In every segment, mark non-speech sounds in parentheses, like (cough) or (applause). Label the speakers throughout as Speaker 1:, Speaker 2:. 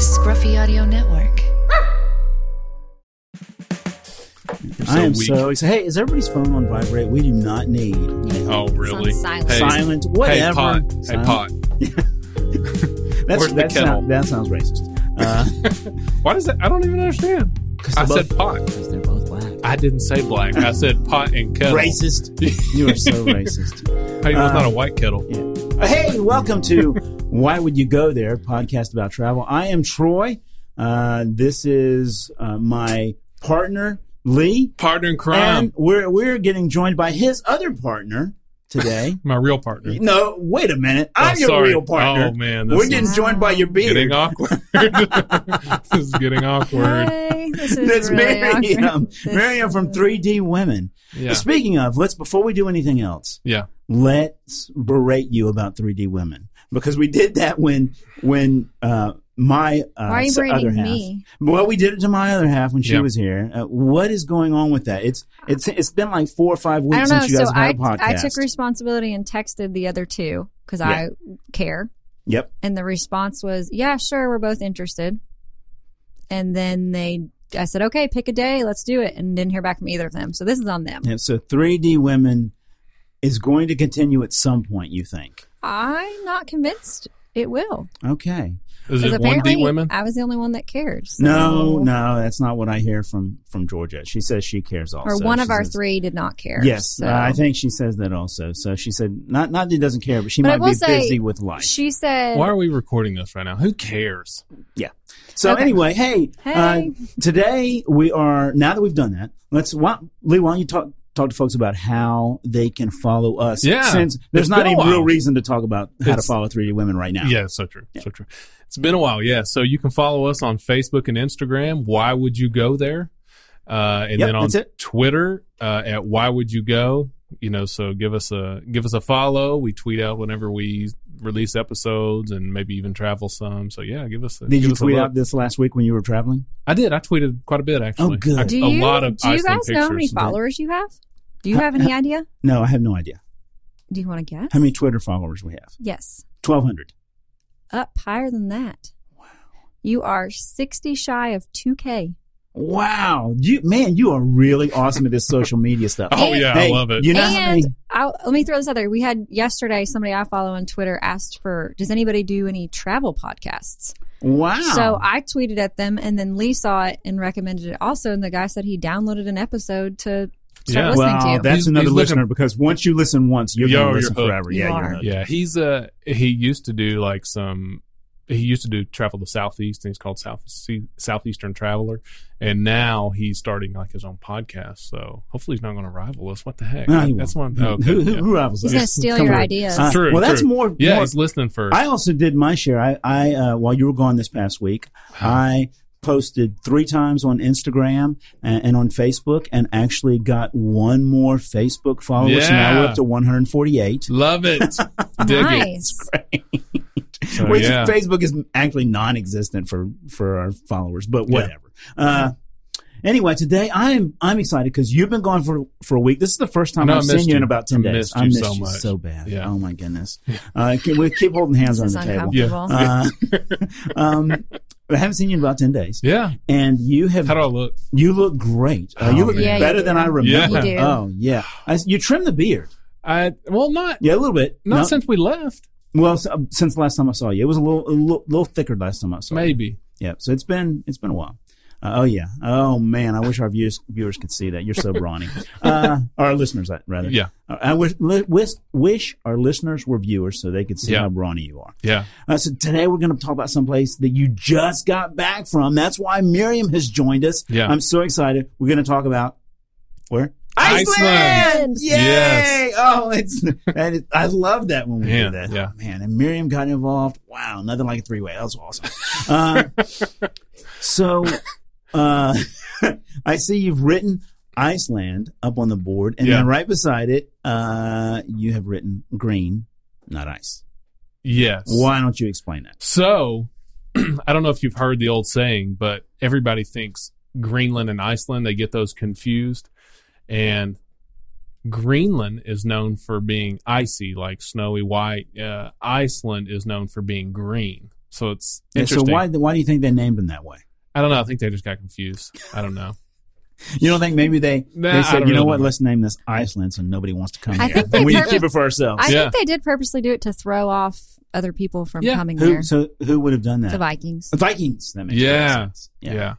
Speaker 1: Scruffy Audio Network.
Speaker 2: I am
Speaker 3: weak.
Speaker 2: so excited. Hey, is everybody's phone on vibrate? We do not need
Speaker 3: Oh, really?
Speaker 1: silent.
Speaker 3: Hey,
Speaker 2: silence.
Speaker 3: hey,
Speaker 2: Whatever.
Speaker 3: pot. Hey,
Speaker 2: Silent- (laughs)
Speaker 3: pot.
Speaker 2: That's,
Speaker 3: Where's the
Speaker 2: that,
Speaker 3: kettle?
Speaker 2: sound- that sounds racist. Uh,
Speaker 3: Why does that? I don't even understand.
Speaker 2: 'cause
Speaker 3: I
Speaker 2: they're
Speaker 3: said
Speaker 2: both-
Speaker 3: pot.
Speaker 2: 'cause they're both black.
Speaker 3: I didn't say black. I said pot and kettle. (laughs)
Speaker 2: Racist. you are so racist.
Speaker 3: Hey, it's
Speaker 2: Uh,
Speaker 3: not a white kettle.
Speaker 2: Hey, welcome to Why Would You Go There? Podcast about travel. I am Troy. Uh, this is uh, my partner Lee,
Speaker 3: Partner in crime.
Speaker 2: and we're we're getting joined by his other partner
Speaker 3: (laughs)
Speaker 2: today.
Speaker 3: My real partner.
Speaker 2: no, wait a minute. I'm
Speaker 3: Oh,
Speaker 2: your
Speaker 3: sorry.
Speaker 2: real partner.
Speaker 3: Oh man, this
Speaker 2: we're
Speaker 3: is
Speaker 2: getting
Speaker 1: is-
Speaker 2: joined by your beard.
Speaker 3: getting
Speaker 2: (laughs)
Speaker 3: awkward. (laughs) this is getting awkward.
Speaker 1: Hey, this is
Speaker 2: That's
Speaker 1: really
Speaker 2: Miriam.
Speaker 1: awkward. (laughs) This-
Speaker 2: Miriam from 3D Women.
Speaker 3: Yeah.
Speaker 2: Speaking of, let's before we do anything else,
Speaker 3: Yeah.
Speaker 2: let's berate you about 3D women because we did that when when uh, my uh,
Speaker 1: Why are you
Speaker 2: s- other
Speaker 1: berating
Speaker 2: half.
Speaker 1: me?
Speaker 2: Well, we did it to my other half when she
Speaker 3: Yeah.
Speaker 2: was here. Uh, what is going on with that? It's it's it's been like four or five
Speaker 1: I
Speaker 2: weeks
Speaker 1: don't know.
Speaker 2: since you guys
Speaker 1: So
Speaker 2: have
Speaker 1: I,
Speaker 2: had a podcast.
Speaker 1: I took responsibility and texted the other two because I care.
Speaker 2: yep.
Speaker 1: And the response was, yeah, sure, we're both interested. And then they, I said, okay, pick a day, let's do it. And didn't hear back from either of them. So this is on them.
Speaker 2: And so 3D women is going to continue at some point. You think?
Speaker 1: I'm not convinced it will.
Speaker 2: Okay.
Speaker 3: Is
Speaker 1: Because
Speaker 3: it one
Speaker 1: apparently
Speaker 3: D women?
Speaker 1: I was the only one that cared. so-
Speaker 2: No, no, that's not what I hear from from Georgia. She says she cares also.
Speaker 1: Or one
Speaker 2: She
Speaker 1: of our
Speaker 2: says-
Speaker 1: three did not care.
Speaker 2: Yes,
Speaker 1: So-
Speaker 2: uh, I think she says that also. So she said, not not that he doesn't care, but she
Speaker 1: But I
Speaker 2: might be
Speaker 1: will say,
Speaker 2: busy with life.
Speaker 1: She said,
Speaker 3: Why are we recording this right now? Who cares?
Speaker 2: so
Speaker 1: okay.
Speaker 2: anyway, hey, Uh,
Speaker 1: Hey.
Speaker 2: today we are now that we've done that. Let's why, Lee, why don't you talk talk to folks about how they can follow us?
Speaker 3: Yeah.
Speaker 2: since there's
Speaker 3: It's
Speaker 2: not
Speaker 3: been
Speaker 2: any
Speaker 3: a while.
Speaker 2: real reason to talk about how to
Speaker 3: It's-
Speaker 2: follow 3D women right now.
Speaker 3: Yeah, so true. So true. It's been a while. Yeah. So you can follow us on Facebook and Instagram. Why would you go there? Uh, and
Speaker 2: Yep,
Speaker 3: then on
Speaker 2: that's it.
Speaker 3: Twitter uh, at Why Would You Go? You know, so give us a give us a follow. We tweet out whenever we release episodes and maybe even travel some. So yeah, give us. A,
Speaker 2: Did
Speaker 3: give
Speaker 2: you
Speaker 3: us a
Speaker 2: tweet
Speaker 3: look.
Speaker 2: out this last week when you were traveling?
Speaker 3: I did. I tweeted quite a bit actually.
Speaker 2: Oh, good.
Speaker 3: I-
Speaker 1: do
Speaker 3: a
Speaker 1: you,
Speaker 3: lot of
Speaker 1: do you
Speaker 3: Iceland
Speaker 1: guys know how many
Speaker 3: pictures.
Speaker 1: followers you have? Do you have any idea?
Speaker 2: No, I have no idea
Speaker 1: Do you want to guess?
Speaker 2: how many Twitter followers we have.
Speaker 1: Yes.
Speaker 2: Twelve hundred.
Speaker 1: Up higher than that. You are 60 shy of 2K.
Speaker 2: Wow, you man, you are really awesome at this social media stuff.
Speaker 3: Oh yeah,
Speaker 2: Hey,
Speaker 3: I love it.
Speaker 2: You know how many?
Speaker 1: and I'll, let me throw this out there. We had yesterday somebody I follow on Twitter asked for, does anybody do any travel podcasts?
Speaker 2: Wow.
Speaker 1: So I tweeted at them, and then Lee saw it and recommended it also. And the guy said he downloaded an episode to start
Speaker 3: Yeah.
Speaker 1: listening to.
Speaker 2: Wow,
Speaker 1: you.
Speaker 2: that's
Speaker 3: He's-
Speaker 2: another
Speaker 3: he's looking-
Speaker 2: listener because once you listen once, you're
Speaker 3: Yo,
Speaker 2: going to
Speaker 3: you're
Speaker 2: listen
Speaker 3: hooked.
Speaker 2: forever.
Speaker 1: You
Speaker 2: yeah,
Speaker 1: are.
Speaker 2: you're hooked.
Speaker 3: Yeah, he's uh he used to do like some he used to do travel the southeast and he's called South Se- Southeastern Traveler and now he's starting like his own podcast. So hopefully he's not going to rival us. What the heck?
Speaker 2: No, he
Speaker 3: That's
Speaker 2: won't.
Speaker 3: one. Oh, okay,
Speaker 2: who, who,
Speaker 3: yeah.
Speaker 2: who rivals
Speaker 1: He's
Speaker 2: us?
Speaker 1: going to steal
Speaker 2: Come
Speaker 1: your
Speaker 2: on.
Speaker 1: ideas.
Speaker 2: Uh,
Speaker 3: True,
Speaker 2: well, that's
Speaker 3: true.
Speaker 2: more.
Speaker 3: Yeah,
Speaker 2: more-
Speaker 3: he's listening first.
Speaker 2: I also did my share. I, I uh, while you were gone this past week, I posted three times on Instagram and, and on Facebook, and actually got one more Facebook follower. So now we're
Speaker 3: Yeah.
Speaker 2: up to 148.
Speaker 3: Love
Speaker 2: (laughs)
Speaker 3: it. Dig it.
Speaker 1: nice.
Speaker 3: So,
Speaker 2: Which
Speaker 3: Oh, yeah.
Speaker 2: Facebook is actually non-existent for for our followers, but whatever. Uh, anyway, today I'm I'm excited because you've been gone for for a week. This is the first time
Speaker 3: I know,
Speaker 2: I've
Speaker 3: I
Speaker 2: seen
Speaker 3: missed
Speaker 2: you in
Speaker 3: you.
Speaker 2: about ten
Speaker 3: I
Speaker 2: days.
Speaker 3: missed
Speaker 2: I
Speaker 3: you
Speaker 2: missed
Speaker 3: so
Speaker 2: you
Speaker 3: much.
Speaker 2: so bad.
Speaker 3: Yeah.
Speaker 2: Oh my
Speaker 3: (laughs)
Speaker 2: goodness. Uh, can- we keep holding hands
Speaker 1: This
Speaker 2: on
Speaker 1: is
Speaker 2: the table.
Speaker 1: uncomfortable.
Speaker 2: Uh, (laughs) um, I haven't seen you in about ten days,
Speaker 3: yeah.
Speaker 2: and you have
Speaker 3: How do I look?
Speaker 2: you look great. Uh,
Speaker 3: Oh,
Speaker 2: you look
Speaker 3: man. Yeah,
Speaker 1: you
Speaker 2: better
Speaker 1: do.
Speaker 2: than I remember.
Speaker 3: You
Speaker 1: do.
Speaker 2: Oh yeah, I, you trimmed the beard.
Speaker 3: I well not
Speaker 2: Yeah, a little bit.
Speaker 3: not
Speaker 2: No-
Speaker 3: since we left.
Speaker 2: well, s- um, since last time I saw you, it was a little a little, little thicker last time I saw you.
Speaker 3: Maybe.
Speaker 2: Yeah. So it's been it's been a while. Uh, oh yeah. Oh man. I wish our viewers viewers could see that. You're
Speaker 3: (laughs)
Speaker 2: so brawny. Uh, our listeners, I- rather.
Speaker 3: Yeah.
Speaker 2: Uh, I wish, li- wish wish our listeners were viewers so they could see
Speaker 3: Yeah.
Speaker 2: how brawny you are.
Speaker 3: Yeah.
Speaker 2: Uh, so today we're going to talk about someplace that you just got back from. That's why Miriam has joined us.
Speaker 3: Yeah.
Speaker 2: I'm so excited. We're going to talk about where.
Speaker 3: Iceland!
Speaker 2: Yay!
Speaker 3: Yes.
Speaker 2: Oh, it's and it, I love that when we
Speaker 3: Man,
Speaker 2: do that.
Speaker 3: yeah.
Speaker 2: Oh, man, and Miriam got involved. Wow, nothing like a three way. That was awesome. Uh,
Speaker 3: (laughs)
Speaker 2: so, uh, (laughs) I see you've written Iceland up on the board, and
Speaker 3: Yeah.
Speaker 2: then right beside it, uh, you have written green, not ice.
Speaker 3: Yes.
Speaker 2: Why don't you explain that?
Speaker 3: So, (clears throat) I don't know if you've heard the old saying, but everybody thinks Greenland and Iceland, they get those confused. And Greenland is known for being icy, like snowy white. Uh, Iceland is known for being green, So it's
Speaker 2: And so
Speaker 3: interesting.
Speaker 2: why why do you think they named him that way?
Speaker 3: I don't know. I think they just got confused. I don't know.
Speaker 2: You don't think maybe they
Speaker 3: Nah,
Speaker 2: they
Speaker 3: I
Speaker 2: said
Speaker 3: don't
Speaker 2: you know
Speaker 3: really
Speaker 2: what?
Speaker 3: know.
Speaker 2: Let's name this Iceland so nobody wants to come
Speaker 1: I
Speaker 2: here.
Speaker 1: think they
Speaker 2: we
Speaker 1: purpose-
Speaker 2: keep it for ourselves.
Speaker 1: I
Speaker 3: Yeah.
Speaker 1: think they did purposely do it to throw off other people from
Speaker 3: Yeah.
Speaker 1: coming
Speaker 2: who
Speaker 1: there.
Speaker 2: so who would have done
Speaker 1: the
Speaker 2: that?
Speaker 1: Vikings.
Speaker 2: The Vikings. That makes
Speaker 3: Yeah.
Speaker 2: more sense.
Speaker 3: Yeah.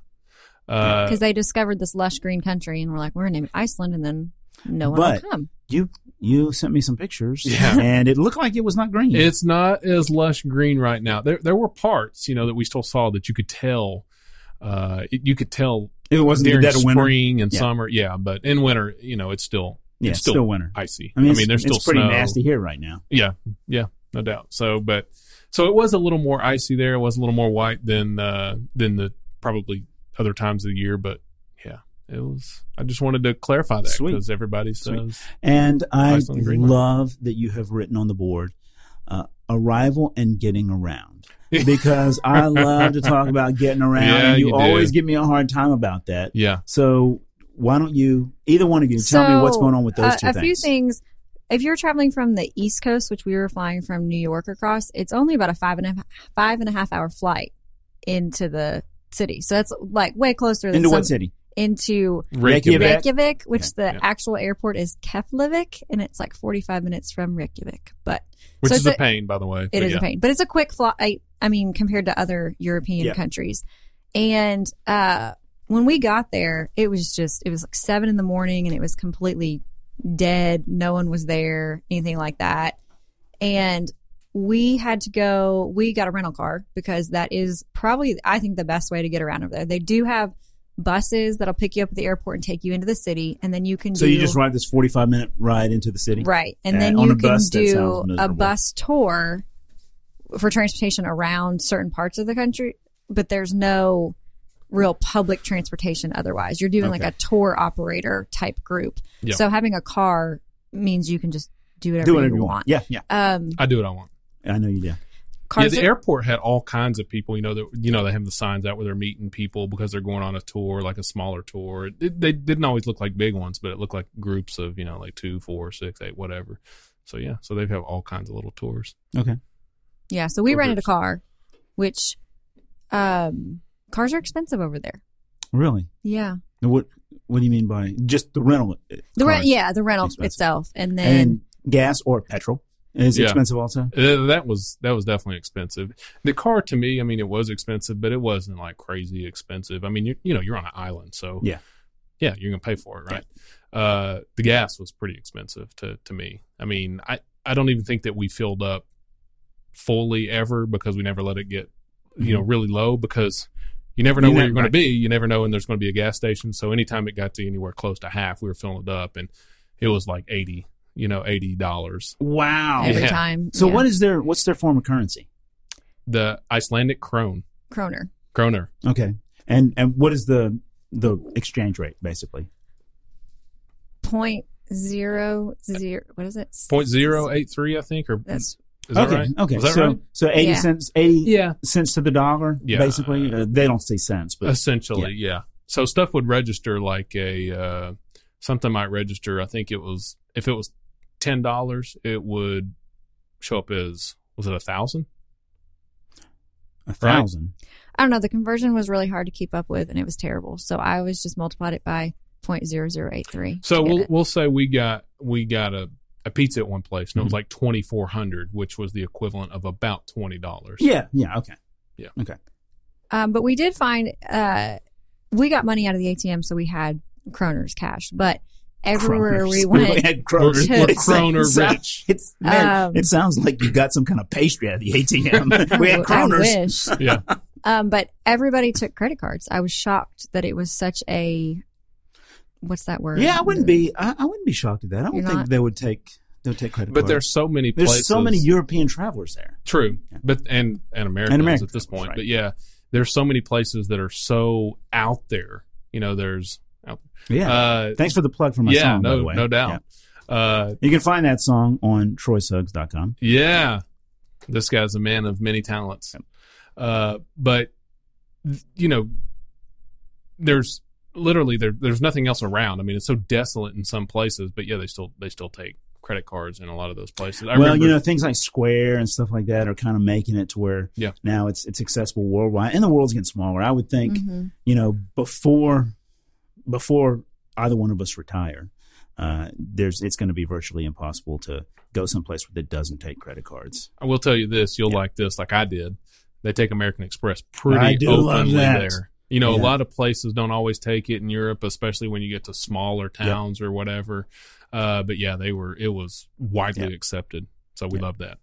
Speaker 3: Uh,
Speaker 1: Because they discovered this lush green country and were like, we're going to name it Iceland, and then no one
Speaker 2: But-
Speaker 1: will come.
Speaker 2: You you sent me some pictures.
Speaker 3: Yeah.
Speaker 2: And it looked like it was not green.
Speaker 3: it's not as lush green right now. There, there were parts, you know, that we still saw that you could tell. Uh, it- you could tell
Speaker 2: it wasn't the
Speaker 3: during
Speaker 2: dead of winter.
Speaker 3: spring and
Speaker 2: Yeah.
Speaker 3: summer, yeah. But in winter, you know, it's still
Speaker 2: Yeah,
Speaker 3: it's
Speaker 2: still,
Speaker 3: still-
Speaker 2: winter.
Speaker 3: icy.
Speaker 2: I mean, it's-
Speaker 3: there's still
Speaker 2: it's pretty
Speaker 3: snow.
Speaker 2: nasty here right now.
Speaker 3: Yeah, yeah, no doubt. So, but so it was a little more icy there. It was a little more white than uh, than the probably other times of the year. But yeah, it was. I just wanted to clarify that
Speaker 2: Sweet.
Speaker 3: because everybody says
Speaker 2: Sweet. And I
Speaker 3: Iceland, Greenland.
Speaker 2: love that you have written on the board uh, arrival and getting around because I love to talk about
Speaker 3: (laughs)
Speaker 2: getting around.
Speaker 3: Yeah,
Speaker 2: and you,
Speaker 3: you do.
Speaker 2: always give me a hard time about that.
Speaker 3: yeah,
Speaker 2: So why don't you, either one of you, tell me what's
Speaker 1: So,
Speaker 2: going on with those
Speaker 1: uh,
Speaker 2: two
Speaker 1: a
Speaker 2: things?
Speaker 1: few things. If you're traveling from the East Coast, which we were flying from New York across, it's only about a five and a half, five and a half hour flight into the city. So that's like way closer than
Speaker 2: Into
Speaker 1: some-
Speaker 2: what city?
Speaker 1: into
Speaker 2: Reykjavik.
Speaker 3: Reykjavik.
Speaker 1: Reykjavik, which the
Speaker 3: yeah.
Speaker 1: actual airport is Keflavik, and it's like 45 minutes from Reykjavik. But
Speaker 3: which
Speaker 1: So
Speaker 3: is
Speaker 1: it's
Speaker 3: a pain, by the way.
Speaker 1: it
Speaker 3: but
Speaker 1: is
Speaker 3: yeah.
Speaker 1: a pain. But it's a quick flight. I, I mean, compared to other European
Speaker 2: Yeah.
Speaker 1: countries. And uh, when we got there, it was just it was like seven in the morning, and it was completely dead. No one was there, anything like that. And we had to go. We got a rental car because that is probably I think the best way to get around over there. They do have buses that'll pick you up at the airport and take you into the city, and then you can
Speaker 2: So
Speaker 1: do
Speaker 2: you just ride this 45 minute ride into the city?
Speaker 1: Right. And
Speaker 2: Uh,
Speaker 1: then
Speaker 2: on
Speaker 1: you
Speaker 2: a
Speaker 1: can
Speaker 2: bus, that sounds
Speaker 1: do a
Speaker 2: miserable.
Speaker 1: bus tour for transportation around certain parts of the country, but there's no real public transportation otherwise. You're doing like
Speaker 2: Okay.
Speaker 1: a tour operator type group.
Speaker 3: Yeah.
Speaker 1: So having a car means you can just do whatever,
Speaker 2: Do whatever
Speaker 1: you want.
Speaker 2: Yeah, yeah.
Speaker 1: Um,
Speaker 3: I do what I want.
Speaker 2: I know you do.
Speaker 3: Yeah,
Speaker 1: cars
Speaker 3: the
Speaker 1: are-
Speaker 3: airport had all kinds of people. You know that you know they have the signs out where they're meeting people because they're going on a tour, like a smaller tour. It, they didn't always look like big ones, but it looked like groups of you know like two, four, six, eight, whatever. So yeah, so they have all kinds of little tours.
Speaker 1: yeah. So we
Speaker 3: Or
Speaker 1: rented a
Speaker 3: groups.
Speaker 1: car, which um, cars are expensive over there.
Speaker 2: Really?
Speaker 1: Yeah.
Speaker 2: Now What What do you mean by just the rental? uh,
Speaker 1: The rent,
Speaker 2: cars?
Speaker 1: yeah, the rental
Speaker 2: Expensive.
Speaker 1: itself. And then
Speaker 2: And gas or petrol is
Speaker 3: Yeah.
Speaker 2: expensive also?
Speaker 3: Uh, that was that was definitely expensive. The car to me, I mean, it was expensive, but it wasn't like crazy expensive. I mean, you you know you're on an island, so
Speaker 2: Yeah.
Speaker 3: yeah, you're gonna pay for it, right? Uh, the gas was pretty expensive to to me. I mean, I I don't even think that we filled up fully ever because we never let it get you know really low because you never know
Speaker 2: Mm-hmm. You
Speaker 3: where
Speaker 2: never-
Speaker 3: you're going
Speaker 2: right.
Speaker 3: to be. You never know when there's going to be a gas station. So anytime it got to anywhere close to half, we were filling it up, and it was like eighty, you know, eighty dollars.
Speaker 2: Wow.
Speaker 1: every
Speaker 3: Yeah.
Speaker 1: time.
Speaker 2: So
Speaker 1: yeah,
Speaker 2: what is their what's their form of currency?
Speaker 3: The Icelandic krone,
Speaker 1: Kroner.
Speaker 3: kroner.
Speaker 2: Okay. And and what is the the exchange rate basically?
Speaker 1: point zero zero. What is it?
Speaker 3: point zero eight three, I think, or
Speaker 1: That's
Speaker 3: is that
Speaker 2: okay.
Speaker 3: right?
Speaker 2: Okay.
Speaker 3: Is that
Speaker 2: so
Speaker 3: right?
Speaker 2: so 80
Speaker 1: Yeah.
Speaker 2: cents 80
Speaker 3: Yeah,
Speaker 2: cents to the dollar
Speaker 3: Yeah.
Speaker 2: basically. Uh, they don't say cents, but
Speaker 3: essentially, yeah. So stuff would register like a uh, something might register. I think it was if it was ten dollars, it would show up as was it a thousand?
Speaker 2: a 1000.
Speaker 1: I don't know. The conversion was really hard to keep up with, and it was terrible. So I always just multiplied it by point zero zero eight three.
Speaker 3: So we'll we'll say we got we got a a pizza at one place, and it was like twenty four hundred, which was the equivalent of about twenty dollars.
Speaker 2: Yeah, yeah, okay.
Speaker 1: um, but we did find uh, we got money out of the ATM, so we had kroners cash. But everywhere
Speaker 2: Kroners. (laughs)
Speaker 1: we went,
Speaker 2: had
Speaker 3: We're,
Speaker 2: kroners.
Speaker 3: we're
Speaker 2: It sounds-
Speaker 3: kroner
Speaker 2: it sounds-
Speaker 3: rich.
Speaker 2: It's man,
Speaker 1: Um,
Speaker 2: it sounds like you got some kind of pastry out of the
Speaker 1: (laughs)
Speaker 2: ATM. we had
Speaker 1: I
Speaker 2: kroners.
Speaker 1: wish.
Speaker 3: Yeah.
Speaker 1: Um, but everybody took credit cards. I was shocked that it was such a what's that word?
Speaker 2: Yeah, I wouldn't be. I, I wouldn't be shocked at that. I don't
Speaker 1: You're
Speaker 2: think
Speaker 1: not?
Speaker 2: they would take. They would take credit.
Speaker 3: (laughs) But
Speaker 2: cards.
Speaker 3: there's so many
Speaker 2: there's
Speaker 3: places.
Speaker 2: so many European travelers there.
Speaker 3: True, but and and Americans,
Speaker 2: Americans,
Speaker 3: at this point.
Speaker 2: right.
Speaker 3: But yeah, there's so many places that are so out there. You know, there's
Speaker 2: Yeah.
Speaker 3: uh,
Speaker 2: Thanks for the plug for my
Speaker 3: yeah,
Speaker 2: song. by the
Speaker 3: no,
Speaker 2: way.
Speaker 3: no doubt. Uh,
Speaker 2: Yeah. You can find that song on TroySugs.com.
Speaker 3: yeah, this guy's a man of many talents. Uh, but th- you know, there's literally there there's nothing else around. I mean, it's so desolate in some places, but yeah, they still they still take credit cards in a lot of those places. I
Speaker 2: well,
Speaker 3: remember,
Speaker 2: you know, things like Square and stuff like that are kind of making it to where
Speaker 3: Yeah.
Speaker 2: now it's it's accessible worldwide, and the world's getting smaller. I would think,
Speaker 1: Mhm.
Speaker 2: you know, before before either one of us retire, uh, there's it's going to be virtually impossible to go someplace that doesn't take credit cards.
Speaker 3: I will tell you this: you'll
Speaker 2: Yeah.
Speaker 3: like this, like I did. They take American Express pretty
Speaker 2: I do
Speaker 3: openly
Speaker 2: love that.
Speaker 3: there. You know, a
Speaker 2: Yeah.
Speaker 3: lot of places don't always take it in Europe, especially when you get to smaller towns or whatever. Uh, but yeah, they were. It was widely
Speaker 2: Yeah.
Speaker 3: accepted, so we
Speaker 2: Yeah.
Speaker 3: love that.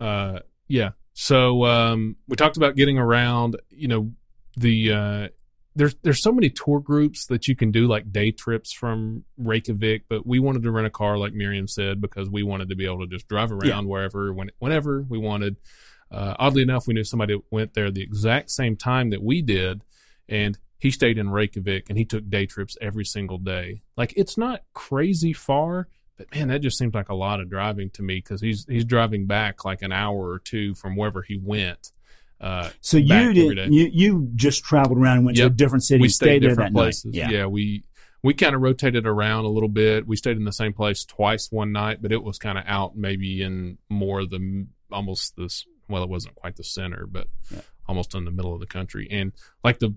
Speaker 3: Uh, yeah. So um, we talked about getting around. You know, the uh, there's there's so many tour groups that you can do like day trips from Reykjavik, but we wanted to rent a car, like Miriam said, because we wanted to be able to just drive around
Speaker 2: Yeah.
Speaker 3: wherever, when, whenever we wanted. Uh, oddly enough, we knew somebody that went there the exact same time that we did, and he stayed in Reykjavik and he took day trips every single day. Like it's not crazy far, but man, that just seems like a lot of driving to me because he's he's driving back like an hour or two from wherever he went. Uh,
Speaker 2: So
Speaker 3: Back
Speaker 2: you
Speaker 3: every day.
Speaker 2: did you you just traveled around and went to
Speaker 3: Yep.
Speaker 2: a different city,
Speaker 3: we
Speaker 2: and
Speaker 3: stayed
Speaker 2: stayed there
Speaker 3: different
Speaker 2: that
Speaker 3: places.
Speaker 2: night.
Speaker 3: yeah, we we kind of rotated around a little bit. We stayed in the same place twice one night, but it was kind of out maybe in more of the almost this. Well, it wasn't quite the center, but
Speaker 2: Yeah.
Speaker 3: almost in the middle of the country. And like the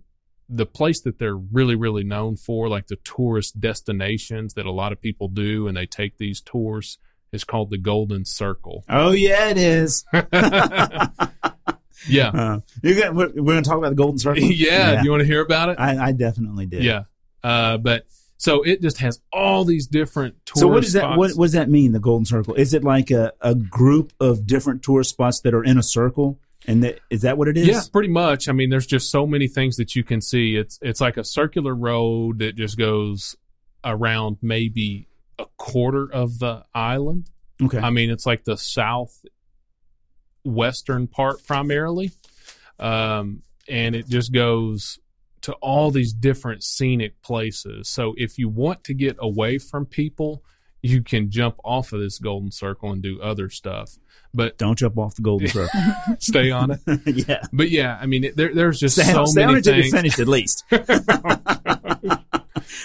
Speaker 3: the place that they're really really known for, like the tourist destinations that a lot of people do, and they take these tours. is called the Golden Circle. (laughs)
Speaker 2: Oh yeah, it is. (laughs)
Speaker 3: yeah.
Speaker 2: Uh, you got, we're we're going to talk about the Golden
Speaker 3: (laughs)
Speaker 2: Circle.
Speaker 3: yeah, Do you want to hear about it?
Speaker 2: I, I definitely did.
Speaker 3: Yeah. Uh, but so it just has all these different tourist
Speaker 2: So what does that what,
Speaker 3: spots.
Speaker 2: what does that mean? The Golden Circle is it like a, a group of different tourist spots that are in a circle, and that, is that what it is?
Speaker 3: yeah, pretty much. I mean, there's just so many things that you can see. It's it's like a circular road that just goes around maybe a quarter of the island.
Speaker 2: Okay.
Speaker 3: I mean, it's like the south western part primarily, um, and it just goes to all these different scenic places. So if you want to get away from people, you can jump off of this golden circle and do other stuff, but
Speaker 2: Don't jump off the Golden
Speaker 3: (laughs)
Speaker 2: Circle. (laughs)
Speaker 3: stay on it.
Speaker 2: yeah.
Speaker 3: But yeah, I mean, it, there, there's just
Speaker 2: Stay,
Speaker 3: so
Speaker 2: stay on
Speaker 3: many
Speaker 2: until you
Speaker 3: things.
Speaker 2: finish
Speaker 3: (laughs)
Speaker 2: at least. (laughs)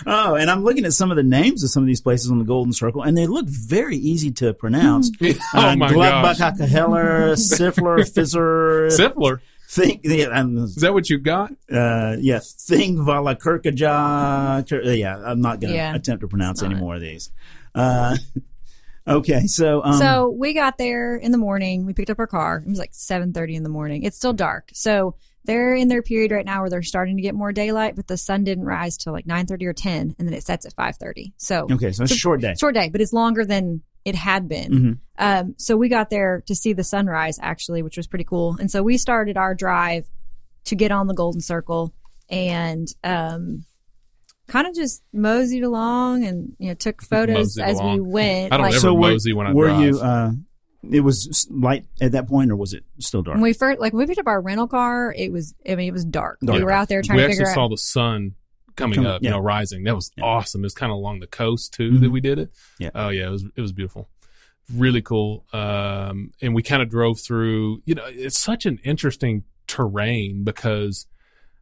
Speaker 2: oh, and I'm looking at some of the names of some of these places on the Golden Circle, and they look very easy to pronounce.
Speaker 3: (laughs) oh my gosh,
Speaker 2: Gladbach-Akaheller,
Speaker 3: (laughs)
Speaker 2: Siffler, Fizzer,
Speaker 3: Siffler,
Speaker 2: Think, yeah, I'm-
Speaker 3: is that what you got?
Speaker 2: uh, yeah, Thingvala Kirkaja. Kir- uh, Yeah, I'm not going to
Speaker 1: Yeah.
Speaker 2: attempt to pronounce any
Speaker 1: Not.
Speaker 2: more of these. Uh, (laughs) okay, so um,
Speaker 1: so we got there in the morning. We picked up our car. It was like seven thirty in the morning. It's still dark, so they're in their period right now where they're starting to get more daylight. But the sun didn't rise till like nine thirty or ten, and then it sets at five thirty. So
Speaker 2: okay, so it's a short day.
Speaker 1: short day, but it's longer than it had been.
Speaker 3: Mm-hmm.
Speaker 2: Mhm.
Speaker 1: Um, so we got there to see the sunrise actually, which was pretty cool. And so we started our drive to get on the Golden Circle and um, kind of just moseyed along and you know took photos
Speaker 3: Moseyed
Speaker 1: as we
Speaker 3: along.
Speaker 1: went.
Speaker 3: I don't ever
Speaker 2: So were-
Speaker 3: mosey when I
Speaker 2: Were
Speaker 3: drive.
Speaker 2: you? Uh, it was s- light at that point, or was it still dark?
Speaker 1: when we first like when we picked up our rental car, it was I mean it was dark.
Speaker 2: Dark.
Speaker 1: We were out there trying
Speaker 3: Oh, we
Speaker 1: to
Speaker 3: actually
Speaker 1: figure
Speaker 3: saw
Speaker 1: out.
Speaker 3: the sun coming
Speaker 2: Coming-
Speaker 3: up,
Speaker 2: yeah.
Speaker 3: you know, rising. That was
Speaker 2: Yeah.
Speaker 3: awesome. It's kind of along the coast too
Speaker 2: Mhm.
Speaker 3: that we did it.
Speaker 2: Yeah.
Speaker 3: Oh yeah, it was it was beautiful, really cool. Um, and we kind of drove through. You know, it's such an interesting terrain because.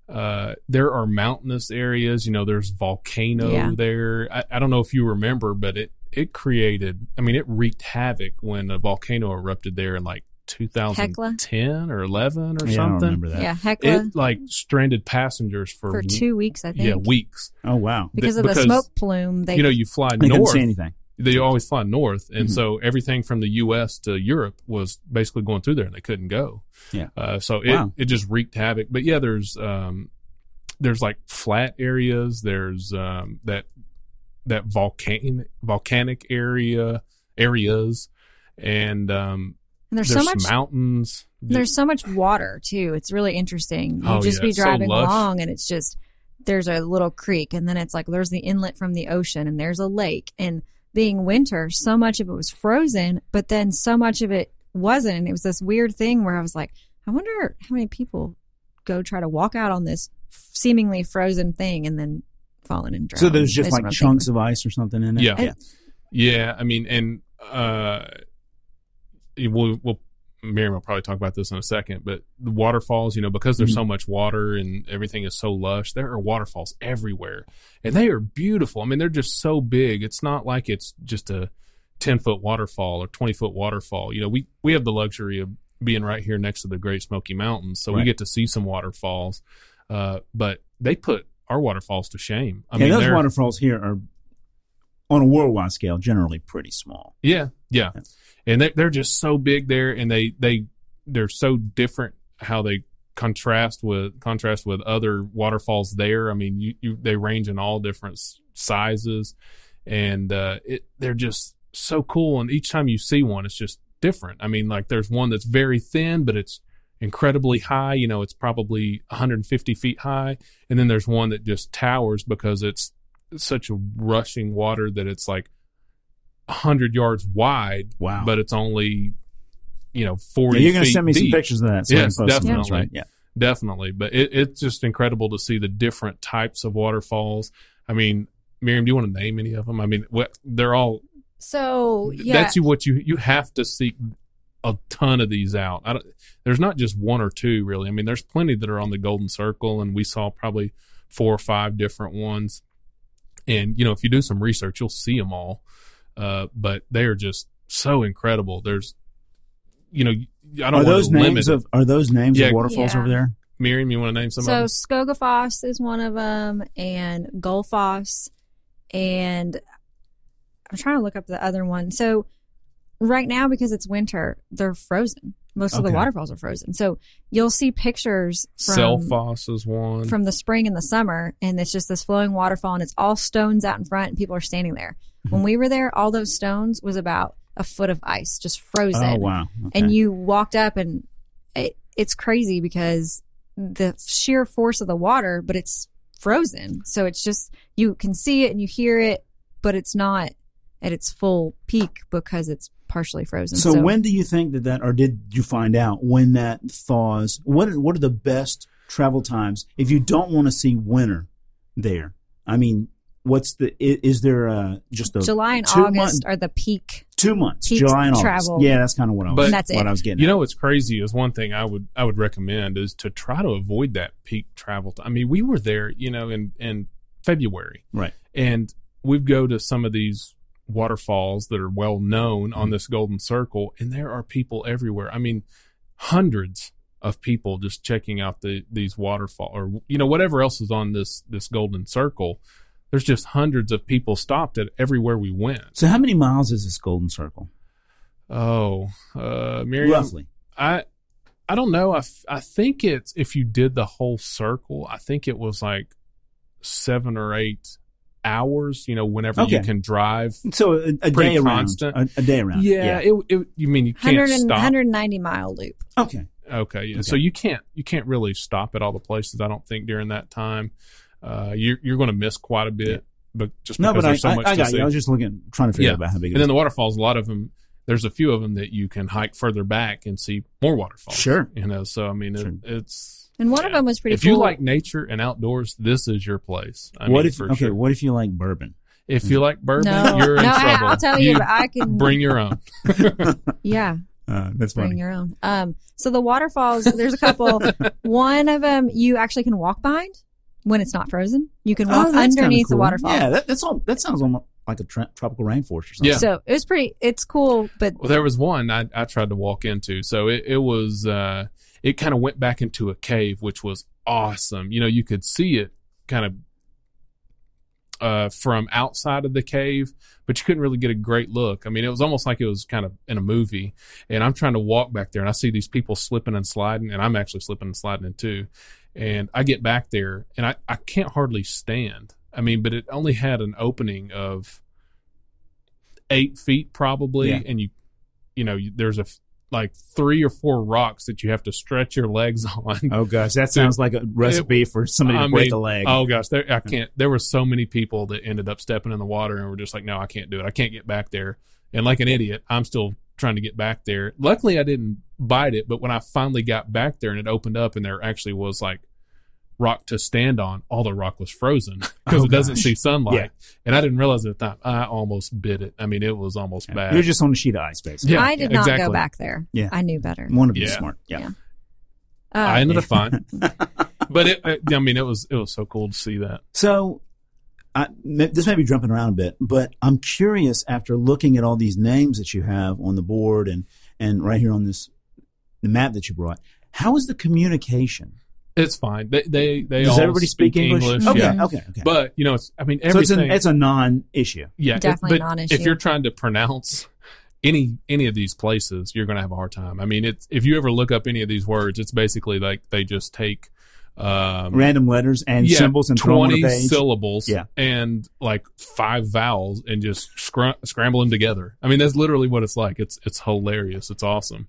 Speaker 3: Uh, there are mountainous areas, you know, there's volcano
Speaker 1: Yeah.
Speaker 3: there. I, I don't know if you remember, but it, it created, I mean, it wreaked havoc when a volcano erupted there in like 2010 or 11 or
Speaker 2: Yeah, I don't
Speaker 3: something.
Speaker 2: remember that.
Speaker 1: Yeah, Hecla
Speaker 3: It like stranded passengers for,
Speaker 1: for
Speaker 3: w-
Speaker 1: two weeks I think.
Speaker 3: yeah weeks
Speaker 2: Oh wow,
Speaker 1: because of the
Speaker 3: because,
Speaker 1: smoke plume, they
Speaker 3: you know you fly
Speaker 2: I couldn't
Speaker 3: north
Speaker 2: see anything.
Speaker 3: they always fly north and
Speaker 2: Mhm.
Speaker 3: so everything from the us to europe was basically going through there and they couldn't go
Speaker 2: Yeah.
Speaker 3: uh, so it,
Speaker 2: Wow.
Speaker 3: it just wreaked havoc but yeah there's um there's like flat areas there's um that that volcanic volcanic area areas and um
Speaker 1: and there's,
Speaker 3: there's,
Speaker 1: so much
Speaker 3: mountains
Speaker 1: There's so much water too. It's really interesting. You
Speaker 3: Oh,
Speaker 1: just
Speaker 3: yeah,
Speaker 1: be
Speaker 3: it's so
Speaker 1: driving
Speaker 3: lush.
Speaker 1: along and it's just there's a little creek and then it's like there's the inlet from the ocean and there's a lake and being winter, so much of it was frozen, but then so much of it wasn't and it was this weird thing where I was like, I wonder how many people go try to walk out on this seemingly frozen thing and then falling and drowning.
Speaker 2: So there's just like chunks
Speaker 1: of
Speaker 2: of ice or something in it.
Speaker 3: Yeah. Yeah, I mean, and uh, we'll, we'll Miriam will probably talk about this in a second, but the waterfalls, you know, because there's
Speaker 2: Mm-hmm.
Speaker 3: so much water and everything is so lush, there are waterfalls everywhere, and they are beautiful. I mean, they're just so big. It's not like it's just a 10 foot waterfall or 20 foot waterfall. You know, we, we have the luxury of being right here next to the Great Smoky Mountains. So we
Speaker 2: Right.
Speaker 3: get to see some waterfalls. Uh, but they put our waterfalls to shame. I
Speaker 2: yeah, those
Speaker 3: they're-
Speaker 2: waterfalls here are, on a worldwide scale, generally pretty small.
Speaker 3: Yeah, yeah,
Speaker 2: Yeah.
Speaker 3: and they, they're just so big there, and they they they're so different how they contrast with contrast with other waterfalls there. I mean, you, you they range in all different s- sizes, and uh, it they're just so cool. And each time you see one, it's just different. I mean, like there's one that's very thin, but it's incredibly high. You know, it's probably 150 feet high, and then there's one that just towers because it's such a rushing water that it's like 100 yards wide,
Speaker 2: Wow.
Speaker 3: but it's only, you know,
Speaker 2: Yeah,
Speaker 3: 40
Speaker 2: you're going to
Speaker 3: feet
Speaker 2: send me
Speaker 3: deep.
Speaker 2: some pictures of that. So
Speaker 3: Yes,
Speaker 2: I can post them, that's
Speaker 3: definitely.
Speaker 2: right. Yeah.
Speaker 3: Definitely. But it, it's just incredible to see the different types of waterfalls. I mean, Miriam, do you want to name any of them? I mean, what they're all,
Speaker 1: So yeah,
Speaker 3: that's you, what you, you have to seek a ton of these out. I don't, there's not just one or two really. I mean, there's plenty that are on the golden circle and we saw probably four or five different ones. And, you know, if you do some research, you'll see them all uh, but they are just so incredible. There's, you know, I don't
Speaker 2: Are
Speaker 3: want
Speaker 2: those
Speaker 3: to limit.
Speaker 2: names of are those names
Speaker 3: Yeah.
Speaker 2: of waterfalls
Speaker 1: Yeah.
Speaker 2: over there?
Speaker 3: Miriam, you want to name some
Speaker 1: so
Speaker 3: of them?
Speaker 1: Skogafoss is one of them, and Gullfoss, and I'm trying to look up the other one. So right now, because it's winter, they're frozen. Most of the
Speaker 2: Okay.
Speaker 1: waterfalls are frozen. So you'll see pictures from
Speaker 3: Selfoss is one.
Speaker 1: from the spring and the summer, and it's just this flowing waterfall, and it's all stones out in front, and people are standing there.
Speaker 2: Mm-hmm.
Speaker 1: When we were there, all those stones was about a foot of ice, just
Speaker 2: Oh
Speaker 1: frozen
Speaker 2: wow! Okay.
Speaker 1: and you walked up and it, it's crazy because the sheer force of the water but it's frozen so it's just you can see it and you hear it but it's not at its full peak because it's partially frozen
Speaker 2: so, when do you think that that, or did you find out when that thaws? What are- What are the best travel times if you don't want to see winter there? I mean, what's the? i- Is there uh, just a
Speaker 1: july and
Speaker 2: two month-
Speaker 1: august are the peak
Speaker 2: two months,
Speaker 1: peak
Speaker 2: July and
Speaker 1: travel.
Speaker 2: August? Yeah, that's kind of what I was.
Speaker 3: But-
Speaker 1: That's it.
Speaker 2: what I was getting.
Speaker 3: you
Speaker 2: at.
Speaker 3: know what's crazy is one thing I would I would recommend is to try to avoid that peak travel. Time. I mean, we were there, you know, in in February,
Speaker 2: right?
Speaker 3: and we'd go to some of these waterfalls that are well known on this golden circle, and there are people everywhere. I mean, hundreds of people just checking out the these waterfall or you know whatever else is on this this golden circle. There's just hundreds of people stopped at everywhere we went.
Speaker 2: So, how many miles is this golden circle
Speaker 3: Oh, uh, Miriam,
Speaker 2: roughly?
Speaker 3: I I don't know. I, f- I think it's if you did the whole circle, I think it was like seven or eight hours. You know, whenever you
Speaker 2: Okay.
Speaker 3: can drive.
Speaker 2: So a, a
Speaker 3: Pretty
Speaker 2: day around,
Speaker 3: constant.
Speaker 2: a, a day around.
Speaker 3: Yeah, It, it. You mean you can't
Speaker 1: 100 and,
Speaker 3: stop?
Speaker 1: 190 mile loop
Speaker 2: Okay.
Speaker 3: Okay, yeah.
Speaker 2: Okay.
Speaker 3: So you can't you can't really stop at all the places. I don't think during that time, uh, you're you're going to miss quite a bit. But just
Speaker 2: No,
Speaker 3: because
Speaker 2: but I,
Speaker 3: there's so
Speaker 2: I,
Speaker 3: much
Speaker 2: I
Speaker 3: to
Speaker 2: got
Speaker 3: see.
Speaker 2: you. I was just looking, trying to figure
Speaker 3: Yeah.
Speaker 2: out about how big it
Speaker 3: and
Speaker 2: is.
Speaker 3: then the waterfalls, a lot of them. There's a few of them that you can hike further back and see more waterfalls.
Speaker 2: Sure.
Speaker 3: you know. So I mean, it,
Speaker 2: Sure.
Speaker 3: it's
Speaker 1: and one of
Speaker 3: Yeah.
Speaker 1: them was pretty
Speaker 3: if
Speaker 1: cool
Speaker 3: you like nature and outdoors, this is your place. I
Speaker 2: what
Speaker 3: mean,
Speaker 2: if?
Speaker 3: for
Speaker 2: Okay.
Speaker 3: sure.
Speaker 2: What if you like bourbon?
Speaker 3: if you like bourbon,
Speaker 1: no
Speaker 3: you're in
Speaker 1: no I,
Speaker 3: trouble.
Speaker 1: i'll tell you, but i can
Speaker 3: bring your own.
Speaker 1: yeah
Speaker 2: Uh, that's
Speaker 1: bring your own um so the waterfalls there's a couple
Speaker 2: (laughs)
Speaker 1: one of them you actually can walk behind when it's not frozen you can walk
Speaker 2: Oh, that's kinda
Speaker 1: underneath the
Speaker 2: cool.
Speaker 1: waterfall
Speaker 2: Yeah, that, that's all. That sounds almost like a tra- tropical rainforest or something.
Speaker 3: Yeah.
Speaker 1: So it was pretty. It's cool, but
Speaker 3: Well, there was one I, I tried to walk into. So it, it was, uh, it kind of went back into a cave, which was awesome. You know, you could see it kind of uh, from outside of the cave, but you couldn't really get a great look. I mean, it was almost like it was kind of in a movie. And I'm trying to walk back there and I see these people slipping and sliding, and I'm actually slipping and sliding in too. And I get back there and I, I can't hardly stand. I mean, but it only had an opening of eight feet probably.
Speaker 2: Yeah.
Speaker 3: And you, you know, you, there's a, f- like three or four rocks that you have to stretch your legs (laughs) on
Speaker 2: Oh gosh, that sounds like a recipe for somebody to
Speaker 3: I
Speaker 2: break
Speaker 3: mean,
Speaker 2: a leg.
Speaker 3: Oh gosh, there I can't. There were so many people that ended up stepping in the water and were just like, "No, I can't do it. I can't get back there." And like an idiot, I'm still trying to get back there. Luckily, I didn't bite it, but when I finally got back there and it opened up and there actually was like rock to stand on, all the rock was frozen (laughs) because
Speaker 2: Oh,
Speaker 3: it doesn't
Speaker 2: gosh.
Speaker 3: see sunlight. And I didn't realize it at the time. I almost bit it. I mean, it was almost bad.
Speaker 2: You're just on a sheet of ice, basically.
Speaker 3: Yeah,
Speaker 1: I did
Speaker 3: yeah,
Speaker 1: not go
Speaker 3: exactly.
Speaker 1: back there.
Speaker 2: Yeah.
Speaker 1: I knew better.
Speaker 2: One of you
Speaker 3: Yeah.
Speaker 2: smart. Yeah.
Speaker 1: Yeah. Uh,
Speaker 3: I
Speaker 2: (laughs)
Speaker 3: ended up fine, but it, I mean, it was it was so cool to see that.
Speaker 2: So I, m- this may be jumping around a bit, but I'm curious after looking at all these names that you have on the board and and right here on this the map that you brought. How is the communication?
Speaker 3: It's fine. They they, they
Speaker 2: Does
Speaker 3: all
Speaker 2: everybody speak, English? Okay,
Speaker 3: Yeah.
Speaker 2: okay, okay.
Speaker 3: But you know, it's I mean
Speaker 2: so
Speaker 3: everything.
Speaker 2: it's, an, it's a non-issue.
Speaker 3: yeah, it-
Speaker 1: Definitely
Speaker 3: but
Speaker 1: non-issue.
Speaker 3: if you're trying to pronounce any any of these places, you're going to have a hard time. I mean, it's if you ever look up any of these words, it's basically like they just take um,
Speaker 2: Random letters and
Speaker 3: yeah,
Speaker 2: symbols and throw them on a
Speaker 3: twenty
Speaker 2: page.
Speaker 3: syllables
Speaker 2: Yeah.
Speaker 3: and like five vowels and just scr- scramble them together. I mean, that's literally what it's like. It's it's hilarious. It's awesome.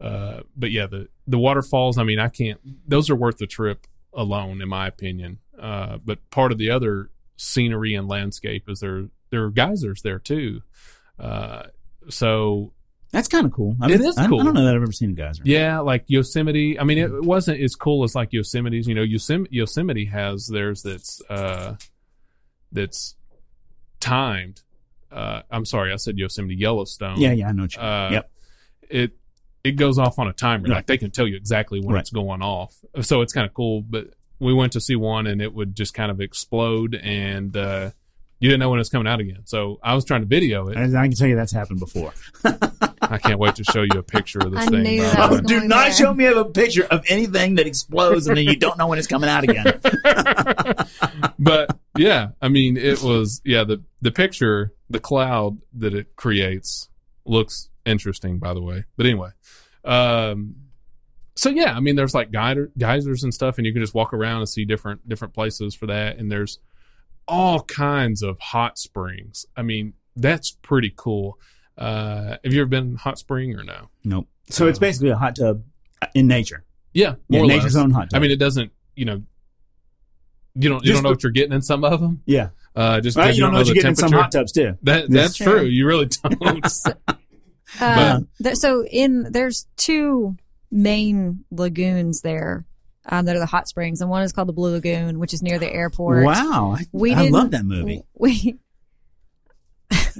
Speaker 3: Uh, but yeah, the the waterfalls. I mean, I can't. Those are worth the trip alone, in my opinion. Uh, but part of the other scenery and landscape is there there are geysers there too. Uh, so
Speaker 2: That's kind of cool. I
Speaker 3: It is
Speaker 2: I,
Speaker 3: cool.
Speaker 2: I don't know that I've ever seen a geyser.
Speaker 3: yeah, like Yosemite. I mean, it it wasn't as cool as like Yosemite's. You know, Yosem- Yosemite has theirs that's uh, that's timed. Uh, I'm sorry, I said Yosemite Yellowstone.
Speaker 2: yeah, yeah. I know what you mean.
Speaker 3: Uh,
Speaker 2: Yep.
Speaker 3: It it goes off on a timer.
Speaker 2: Right.
Speaker 3: Like they can tell you exactly when
Speaker 2: Right.
Speaker 3: it's going off. So it's kind of cool. But we went to see one, and it would just kind of explode, and uh, you didn't know when it was coming out again. So I was trying to video it.
Speaker 2: And I can tell you that's happened before.
Speaker 3: I can't wait to show you a picture of this
Speaker 1: (laughs) I
Speaker 3: thing.
Speaker 1: knew
Speaker 3: by the
Speaker 1: that
Speaker 3: way.
Speaker 1: was
Speaker 2: Oh, Do
Speaker 1: going
Speaker 2: not
Speaker 1: there.
Speaker 2: show me a picture of anything that explodes and then you don't know when it's coming
Speaker 3: (laughs)
Speaker 2: out again.
Speaker 3: but yeah, I mean, it was yeah the the picture, the cloud that it creates looks interesting, by the way. But anyway, um, so yeah, I mean, there's like geyser, geysers and stuff, and you can just walk around and see different different places for that. And there's all kinds of hot springs. I mean, that's pretty cool. Uh, have you ever been in hot spring or no?
Speaker 2: Nope. So it's basically a hot tub in nature.
Speaker 3: Yeah,
Speaker 2: Yeah,
Speaker 3: more or
Speaker 2: nature's
Speaker 3: less.
Speaker 2: own hot
Speaker 3: I
Speaker 2: tub.
Speaker 3: mean, it doesn't. You know, you don't you
Speaker 2: Just
Speaker 3: don't know
Speaker 2: the-
Speaker 3: what you're getting in some of them.
Speaker 2: yeah.
Speaker 3: Uh, just
Speaker 2: Well,
Speaker 3: because
Speaker 2: you don't know what
Speaker 3: the
Speaker 2: you get in some
Speaker 3: temperature.
Speaker 2: hot tubs too.
Speaker 3: That that's
Speaker 2: That's
Speaker 1: true.
Speaker 3: true. You really
Speaker 1: (laughs)
Speaker 3: don't.
Speaker 1: Uh, th- so in there's two main lagoons there um, that are the hot springs, and one is called the Blue Lagoon, which is near the airport.
Speaker 2: Wow. I,
Speaker 1: We
Speaker 2: I
Speaker 1: didn't-
Speaker 2: love that movie.
Speaker 1: We (laughs)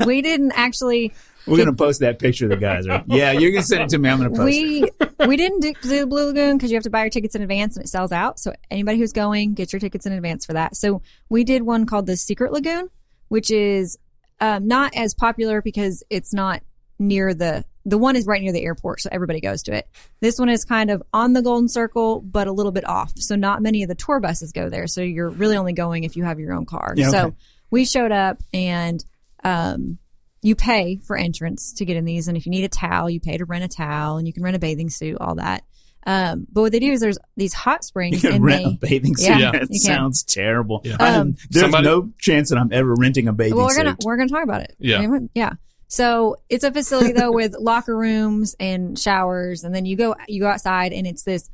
Speaker 1: we didn't actually
Speaker 2: We're going to post that picture of the
Speaker 1: (laughs)
Speaker 2: geyser. Yeah, you're going to send it to me. I'm going to post it.
Speaker 1: we we didn't do, do the Blue Lagoon because you have to buy your tickets in advance and it sells out. So anybody who's going, get your tickets in advance for that. So we did one called the Secret Lagoon, which is um, not as popular because it's not near the the one is right near the airport, so everybody goes to it. This one is kind of on the Golden Circle, but a little bit off. So not many of the tour buses go there. So you're really only going if you have your own car.
Speaker 2: Yeah,
Speaker 1: So
Speaker 2: okay.
Speaker 1: we showed up and. Um, you pay for entrance to get in these and if you need a towel you pay to rent a towel and you can rent a bathing suit all that um, but what they do is there's these hot
Speaker 2: You (laughs)
Speaker 1: springs
Speaker 2: can
Speaker 1: and
Speaker 2: rent
Speaker 1: they
Speaker 2: a bathing suit.
Speaker 1: Yeah, you
Speaker 2: that
Speaker 1: can.
Speaker 2: sounds terrible.
Speaker 3: Yeah.
Speaker 2: I-
Speaker 1: Um,
Speaker 2: there's
Speaker 3: Somebody-
Speaker 2: no chance that I'm ever renting a bathing
Speaker 1: well we're
Speaker 2: suit.
Speaker 1: gonna we're gonna talk about it
Speaker 3: Yeah.
Speaker 1: I mean, yeah so it's a facility though with locker rooms and showers and then you go you go outside and it's this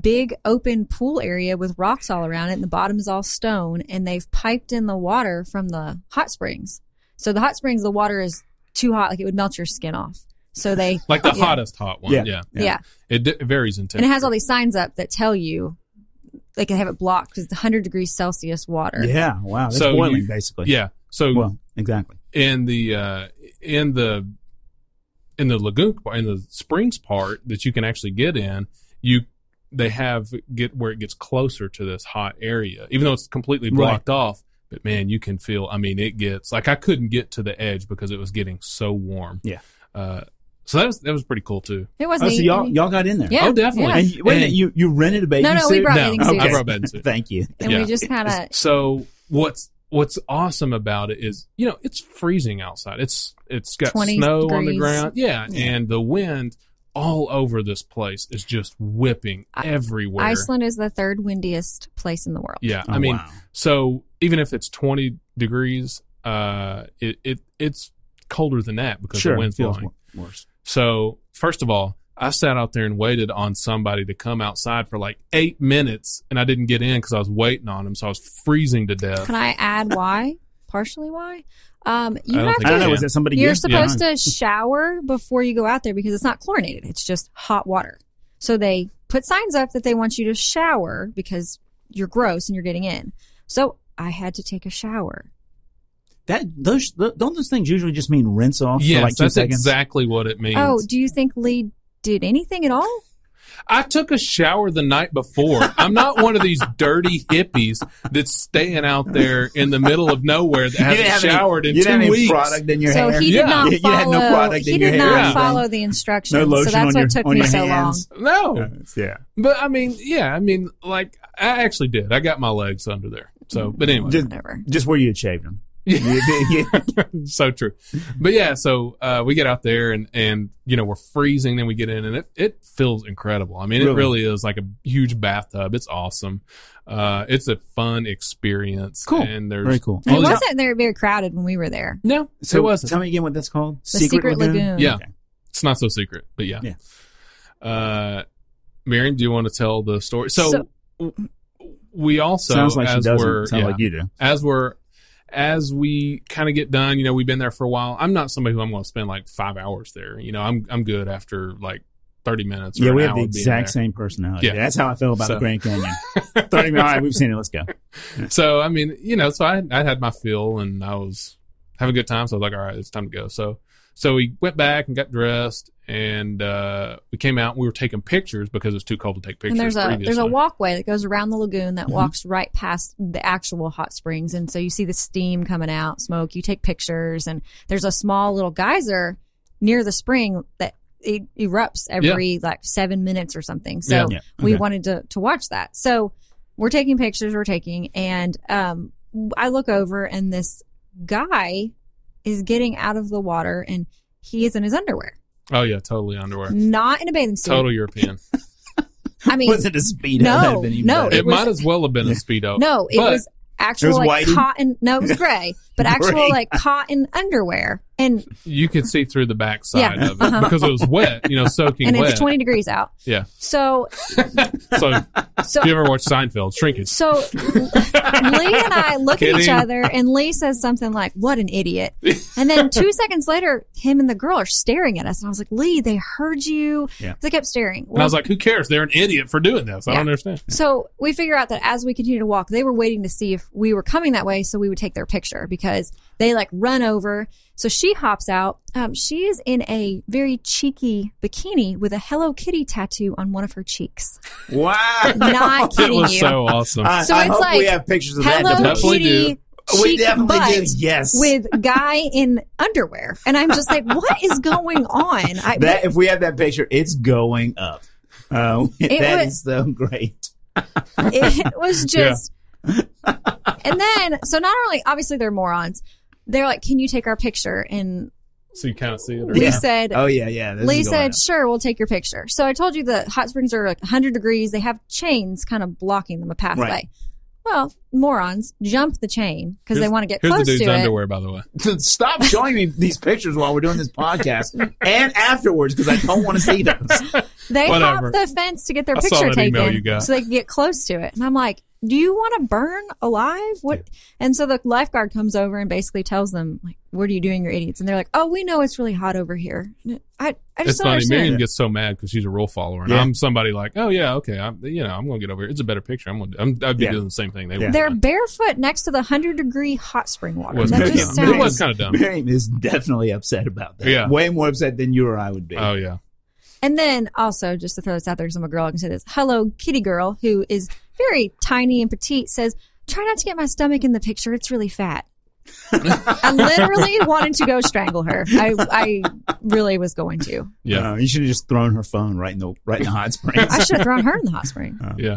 Speaker 1: big open pool area with rocks all around it and the bottom is all stone and they've piped in the water from the hot springs so the hot springs the water is too hot like it would melt your skin off so they
Speaker 3: like the
Speaker 1: Yeah.
Speaker 3: hottest hot one. Yeah,
Speaker 2: Yeah.
Speaker 1: yeah,
Speaker 2: Yeah.
Speaker 3: It, di- it varies in
Speaker 1: and
Speaker 3: temperature.
Speaker 1: it has all these signs up that tell you they can have it blocked because it's 100 degrees Celsius water.
Speaker 2: yeah, wow. That's
Speaker 3: So
Speaker 2: boiling,
Speaker 3: you-
Speaker 2: basically.
Speaker 3: Yeah. So
Speaker 2: Well, exactly.
Speaker 3: in the uh, in the in the lagoon part- in the springs part that you can actually get in, you they have get where it gets closer to this hot area, even though it's completely
Speaker 2: Right.
Speaker 3: blocked off. But man, you can feel. I mean, it gets like I couldn't get to the edge because it was getting so warm.
Speaker 2: Yeah.
Speaker 3: Uh, so that was that was pretty cool too.
Speaker 1: It
Speaker 2: Oh, so
Speaker 1: wasn't.
Speaker 2: y'all, y'all got in there.
Speaker 1: Yeah,
Speaker 3: oh, definitely.
Speaker 1: yeah.
Speaker 2: And you, wait a minute,
Speaker 3: And-
Speaker 2: you, you rented a bathing
Speaker 1: no, we
Speaker 2: suit?
Speaker 1: brought
Speaker 3: No,
Speaker 1: bathing
Speaker 3: I
Speaker 1: suits.
Speaker 3: brought (laughs) bathing suit.
Speaker 2: Thank you.
Speaker 1: and
Speaker 3: yeah.
Speaker 1: we just kind of
Speaker 3: So what's what's awesome about it is you know it's freezing outside. It's it's got
Speaker 1: 20
Speaker 3: snow on the
Speaker 1: degrees.
Speaker 3: ground. Yeah,
Speaker 2: Yeah.
Speaker 3: and the wind all over this place is just whipping
Speaker 1: I-
Speaker 3: everywhere.
Speaker 1: Iceland is the third windiest place in the world.
Speaker 3: Yeah,
Speaker 2: Oh,
Speaker 3: I mean,
Speaker 2: wow.
Speaker 3: so even if it's twenty degrees, uh, it, it it's colder than that because
Speaker 2: sure,
Speaker 3: the
Speaker 2: it
Speaker 3: wind's
Speaker 2: feels
Speaker 3: blowing.
Speaker 2: wor- worse.
Speaker 3: So, first of all, I sat out there and waited on somebody to come outside for like eight minutes, and I didn't get in because I was waiting on him. So I was freezing to death.
Speaker 1: Can I add why? Partially why? Um, you
Speaker 3: don't
Speaker 1: have
Speaker 3: think
Speaker 2: I don't know.
Speaker 3: Yeah.
Speaker 2: Was that somebody
Speaker 1: You're
Speaker 2: you?
Speaker 1: supposed to shower before you go out there because it's not chlorinated. It's just hot water. So they put signs up that they want you to shower because you're gross and you're getting in. So I had to take a shower.
Speaker 2: That those th- don't those things usually just mean rinse off
Speaker 3: yes,
Speaker 2: for like two
Speaker 3: that's
Speaker 2: seconds.
Speaker 3: exactly what it means.
Speaker 1: Oh, do you think Lee did anything at all?
Speaker 3: I took a shower the night before. I'm not one of these dirty hippies that's staying out there in the middle of nowhere that
Speaker 2: didn't
Speaker 3: hasn't
Speaker 2: any-
Speaker 3: showered in
Speaker 2: you
Speaker 3: two
Speaker 2: didn't have any
Speaker 3: weeks.
Speaker 2: product in your
Speaker 1: so
Speaker 2: hair.
Speaker 1: he did
Speaker 3: Yeah.
Speaker 2: (laughs)
Speaker 1: not
Speaker 2: You-
Speaker 1: follow.
Speaker 2: you had no product in
Speaker 1: he
Speaker 2: your
Speaker 1: did
Speaker 2: hair
Speaker 1: not
Speaker 2: or anything.
Speaker 1: follow the instructions.
Speaker 2: no lotion
Speaker 1: so that's
Speaker 2: on
Speaker 1: what
Speaker 2: your
Speaker 1: took
Speaker 2: on
Speaker 1: me
Speaker 2: your
Speaker 1: so long.
Speaker 2: hands. Oh,
Speaker 3: No.
Speaker 2: Yeah.
Speaker 3: But I mean, yeah, I mean, like I actually did. I got my legs under there. So, but anyway,
Speaker 2: Just-
Speaker 1: Whatever.
Speaker 2: Just where you had
Speaker 3: (laughs)
Speaker 2: shaved them.
Speaker 3: Yeah.
Speaker 2: You- you-
Speaker 3: so true. But yeah, so uh, we get out there and and you know we're freezing. Then we get in and it it feels incredible. I mean, it
Speaker 2: Really?
Speaker 3: really is like a huge bathtub. It's awesome. Uh, it's a fun experience.
Speaker 2: Cool.
Speaker 3: And there's
Speaker 2: Very cool.
Speaker 1: It
Speaker 3: Oh, yeah.
Speaker 1: wasn't there very crowded when we were there.
Speaker 3: no,
Speaker 2: So
Speaker 3: it wasn't.
Speaker 2: tell me again what that's called.
Speaker 1: The Secret Lagoon.
Speaker 3: Yeah.
Speaker 2: Okay.
Speaker 3: it's not so secret. But yeah,
Speaker 2: Yeah.
Speaker 3: Uh, Miriam, do you want to tell the story? So.
Speaker 1: So-
Speaker 3: w- we also
Speaker 2: Sounds like she
Speaker 3: as we're
Speaker 2: doesn't. Sounds
Speaker 3: yeah.
Speaker 2: like you do.
Speaker 3: as we're as we kind of get done, you know, we've been there for a while. I'm not somebody who I'm going to spend like five hours there. You know, I'm I'm good after like 30 minutes. Or
Speaker 2: Yeah,
Speaker 3: an
Speaker 2: we have
Speaker 3: hour being
Speaker 2: the exact
Speaker 3: there.
Speaker 2: same personality.
Speaker 3: Yeah.
Speaker 2: That's how I feel about
Speaker 3: So-
Speaker 2: the Grand (laughs) Canyon. 30 minutes. All right, we've seen it. Let's go.
Speaker 3: So I mean, you know, so I I had my feel and I was having a good time. So I was like, all right, it's time to go. So so we went back and got dressed and uh, we came out and we were taking pictures because it's too cold to take pictures. Mm-hmm.
Speaker 1: and there's a there's a
Speaker 3: previously.
Speaker 1: walkway that goes around the lagoon that
Speaker 2: Mhm.
Speaker 1: walks right past the actual hot springs and so you see the steam coming out smoke you take pictures and there's a small little geyser near the spring that it erupts every like seven minutes or something so
Speaker 3: Yeah.
Speaker 2: Yeah.
Speaker 1: we
Speaker 2: Okay.
Speaker 1: wanted to, to watch that so we're taking pictures we're taking and um, i look over and this guy is getting out of the water and he is in his underwear
Speaker 3: Oh yeah, totally underwear.
Speaker 1: not in a bathing suit
Speaker 3: Total European.
Speaker 1: i mean
Speaker 2: Was it a speed?
Speaker 1: No,
Speaker 2: That'd been even
Speaker 1: no,
Speaker 2: better.
Speaker 3: It,
Speaker 1: (laughs) It was-
Speaker 3: might as well have been a speedo.
Speaker 1: No, it
Speaker 3: But-
Speaker 1: was actual
Speaker 2: It was
Speaker 1: like
Speaker 2: whitey?
Speaker 1: cotton. No, it was gray, but actual
Speaker 2: Gray.
Speaker 1: like cotton underwear, and
Speaker 3: You could see through the backside
Speaker 1: Yeah. Uh-huh.
Speaker 3: of it because it was wet. You know, soaking
Speaker 1: and
Speaker 3: wet.
Speaker 1: it's twenty degrees out.
Speaker 3: Yeah.
Speaker 1: So
Speaker 3: so
Speaker 1: so
Speaker 3: If you ever watch Seinfeld, shrinkage.
Speaker 1: so Lee and
Speaker 2: (laughs)
Speaker 1: I look at each
Speaker 3: Kidding.
Speaker 1: other, and Lee says something like, "What an idiot!" And then two seconds later, him and the girl are staring at us, and I was like, "Lee, they heard you."
Speaker 2: Yeah.
Speaker 1: They kept staring.
Speaker 3: (laughs) And I was like, who cares? They're an idiot for doing this. I don't understand.
Speaker 1: So we figure out that as we continue to walk, they were waiting to see if we were coming that way, so we would take their picture because they like run over. So she hops out. Um, she is in a very cheeky bikini with a Hello Kitty tattoo on one of
Speaker 2: (laughs)
Speaker 1: her cheeks.
Speaker 2: Wow. (laughs)
Speaker 1: Not
Speaker 3: It
Speaker 1: kidding
Speaker 3: was
Speaker 1: you.
Speaker 3: so awesome.
Speaker 2: I,
Speaker 1: So
Speaker 2: I
Speaker 1: it's
Speaker 2: hope
Speaker 1: like,
Speaker 2: we have pictures of that. to
Speaker 1: Hello
Speaker 2: post.
Speaker 3: definitely
Speaker 1: Kitty
Speaker 2: we
Speaker 1: cheek
Speaker 2: definitely
Speaker 1: butt
Speaker 2: did. Yes.
Speaker 1: with guy in underwear, and I'm just like, what is going on? I,
Speaker 2: that, if we have that picture, it's going up. Uh, (laughs)
Speaker 1: It
Speaker 2: that
Speaker 1: was-
Speaker 2: is so great.
Speaker 1: (laughs) it was
Speaker 3: Yeah.
Speaker 1: just and then so not only obviously they're morons they're like can you take our picture and
Speaker 3: so you kind of see it. Or
Speaker 1: we
Speaker 2: Yeah.
Speaker 1: said
Speaker 2: Oh yeah, yeah. This
Speaker 1: Lee
Speaker 2: is going
Speaker 1: said, "Sure, we'll take your picture." So I told you the hot springs are like 100 degrees. They have chains kind of blocking them a pathway.
Speaker 2: Right.
Speaker 1: Well, morons jump the chain because they
Speaker 3: Here's-
Speaker 1: want to get
Speaker 3: Here's the
Speaker 1: close to
Speaker 3: dude's
Speaker 1: it.
Speaker 3: underwear, by the way.
Speaker 2: up. Stop showing me these pictures while we're doing this podcast and afterwards because I don't want to
Speaker 3: (laughs)
Speaker 2: see those.
Speaker 1: They
Speaker 3: Whatever.
Speaker 1: hop the fence to get their
Speaker 3: I saw
Speaker 1: picture
Speaker 3: that email
Speaker 1: taken
Speaker 3: you got.
Speaker 1: so they can get close to it. And I'm like, "Do you want to burn alive?" What? And so the lifeguard comes over and basically tells them, "Like, what are you doing, you're idiots?" And they're like, "Oh, we know it's really hot over here." I, I just
Speaker 3: It's
Speaker 1: don't
Speaker 3: funny.
Speaker 1: understand.
Speaker 3: Miriam gets so mad because she's a rule follower, and
Speaker 2: Yeah.
Speaker 3: I'm somebody like, oh yeah, okay, I'm, you know, I'm gonna get over here. It's a better picture. I'm gonna, I'm, I'd be
Speaker 2: Yeah.
Speaker 3: doing the same thing. They
Speaker 2: Yeah.
Speaker 3: would.
Speaker 1: They're barefoot next to the 100 degree hot spring
Speaker 3: It
Speaker 1: water.
Speaker 3: was
Speaker 1: that
Speaker 3: kinda
Speaker 1: just
Speaker 3: dumb.
Speaker 1: sounds
Speaker 3: It was kind of dumb.
Speaker 2: Miriam is definitely upset about that.
Speaker 3: Yeah.
Speaker 2: Way more upset than you or I would be.
Speaker 3: Oh yeah,
Speaker 1: And then also, just to throw this out there, because I'm a girl, I can say this. Hello, kitty girl, who is very tiny and petite, says, "Try not to get my stomach in the picture. It's really fat." I literally wanted to go strangle her. I, I really was going to.
Speaker 3: yeah,
Speaker 2: Uh, you should have just thrown her phone right in the right in the
Speaker 3: (laughs)
Speaker 2: hot springs.
Speaker 1: I should have thrown her in the hot spring.
Speaker 3: yeah.